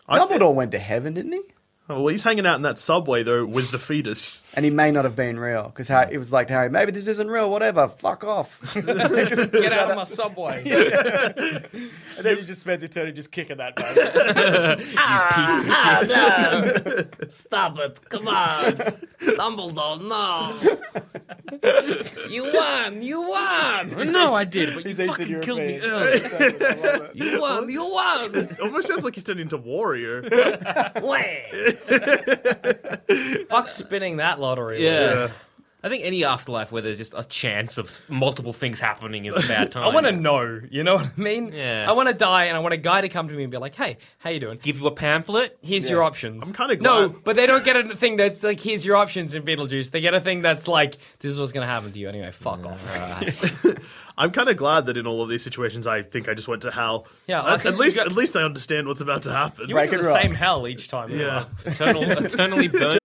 Speaker 4: I thi-
Speaker 7: Dumbledore went to heaven, didn't he?
Speaker 4: Oh, well, he's hanging out in that subway though with the fetus.
Speaker 7: And he may not have been real because it was like to Harry, maybe this isn't real, whatever, fuck off. and
Speaker 6: Get out of my subway.
Speaker 7: then he just spends eternity just kicking that baby.
Speaker 3: Stop it. Come on. Dumbledore, no. you won. You won. No, I did. But
Speaker 7: He's Eastern European.
Speaker 3: you won. You won.
Speaker 4: It almost sounds like he's turned into warrior.
Speaker 6: Fuck spinning that lottery.
Speaker 8: Yeah. I think any afterlife where there's just a chance of multiple things happening is a bad time.
Speaker 6: I want to know. You know what I mean?
Speaker 8: Yeah.
Speaker 6: I want to die, and I want a guy to come to me and be like, "Hey, how you doing?
Speaker 8: give you a pamphlet.
Speaker 6: Here's your options."
Speaker 4: I'm kinda
Speaker 6: no,
Speaker 4: glad-
Speaker 6: but they don't get a thing that's like, "Here's your options" in Beetlejuice. They get a thing that's like, "This is what's gonna happen to you anyway." Fuck off.
Speaker 4: I'm kind of glad that in all of these situations, I think I just went to hell.
Speaker 6: Yeah, I
Speaker 4: at,
Speaker 6: think
Speaker 4: at
Speaker 6: you
Speaker 4: least
Speaker 6: got-
Speaker 4: at least I understand what's about to happen.
Speaker 6: You went to the
Speaker 7: Breaking
Speaker 6: same
Speaker 7: rocks.
Speaker 6: hell each time. as
Speaker 4: yeah.
Speaker 6: well.
Speaker 8: Eternal, eternally burnt.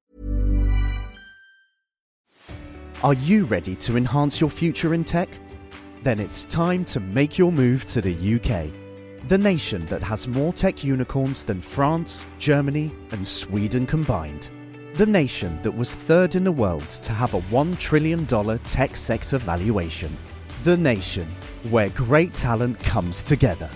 Speaker 2: Are you ready to enhance your future in tech? Then it's time to make your move to the UK, the nation that has more tech unicorns than France, Germany, and Sweden combined. The nation that was third in the world to have a $1 trillion tech sector valuation. The nation where great talent comes together.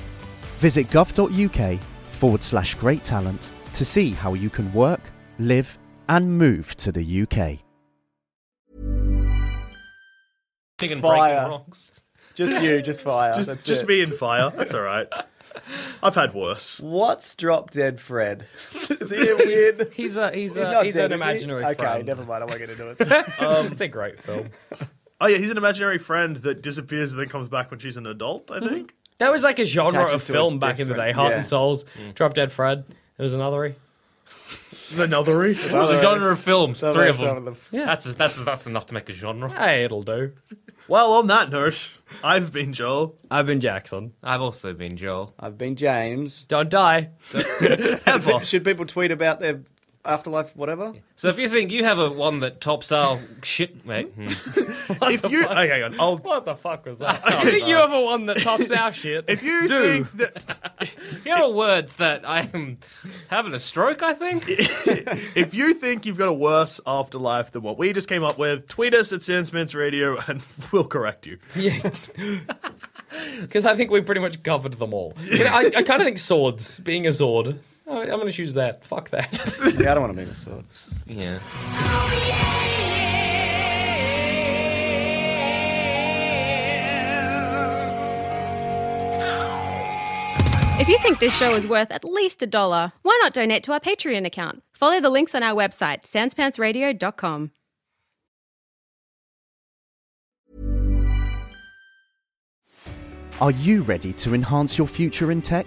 Speaker 2: Visit gov.uk forward slash great talent to see how you can work, live, and move to the UK.
Speaker 8: Digging
Speaker 7: Fire.
Speaker 8: breaking rocks.
Speaker 7: just you, just fire.
Speaker 4: just
Speaker 7: That's
Speaker 4: just
Speaker 7: it.
Speaker 4: me in fire. That's all right. I've had worse.
Speaker 7: What's Drop Dead Fred? is he a weird?
Speaker 6: He's a he's,
Speaker 7: He's
Speaker 6: a
Speaker 7: not
Speaker 6: he's
Speaker 7: dead,
Speaker 6: an
Speaker 7: is he?
Speaker 6: imaginary
Speaker 7: Okay,
Speaker 6: friend.
Speaker 7: never mind. I won't get into it.
Speaker 6: it's a great film.
Speaker 4: Oh yeah, he's an imaginary friend that disappears and then comes back when she's an adult.
Speaker 6: Mm-hmm.
Speaker 4: I think.
Speaker 6: That was like a genre
Speaker 7: Attaches
Speaker 6: of
Speaker 7: to a
Speaker 6: film back in the day.
Speaker 7: different-
Speaker 6: Heart
Speaker 7: yeah. Mm.
Speaker 6: and Souls, Drop Dead Fred. It was another.
Speaker 4: Anothery.
Speaker 8: What was the genre of films?
Speaker 7: Some
Speaker 8: Three
Speaker 7: of
Speaker 8: of
Speaker 7: them.
Speaker 8: them. That's, that's that's enough to make a genre.
Speaker 6: Hey, it'll do.
Speaker 4: well, on that note, I've been Joel.
Speaker 6: I've been Jackson.
Speaker 8: I've also been Joel.
Speaker 7: I've been James.
Speaker 6: Don't die.
Speaker 4: Ever.
Speaker 7: Should people tweet about their afterlife, whatever?
Speaker 8: So if you think you have a one that tops our shit, mate, hmm.
Speaker 4: if you oh, hang on, I'll.
Speaker 6: What the fuck was that? you think you have a one that tops our shit?
Speaker 4: If you think that
Speaker 8: here are words that I am having a stroke. I think.
Speaker 4: if you think you've got a worse afterlife than what we just came up with, tweet us at Sandspence Radio and we'll correct you.
Speaker 6: Because I think we pretty much covered them all. You know, I, I kind of think swords, being a sword. I'm going to choose that. Fuck that.
Speaker 7: Yeah, I don't want to be the sword.
Speaker 8: Yeah.
Speaker 9: If you think this show is worth at least a dollar, why not donate to our Patreon account? Follow the links on our website, sanspantsradio.com.
Speaker 2: Are you ready to enhance your future in tech?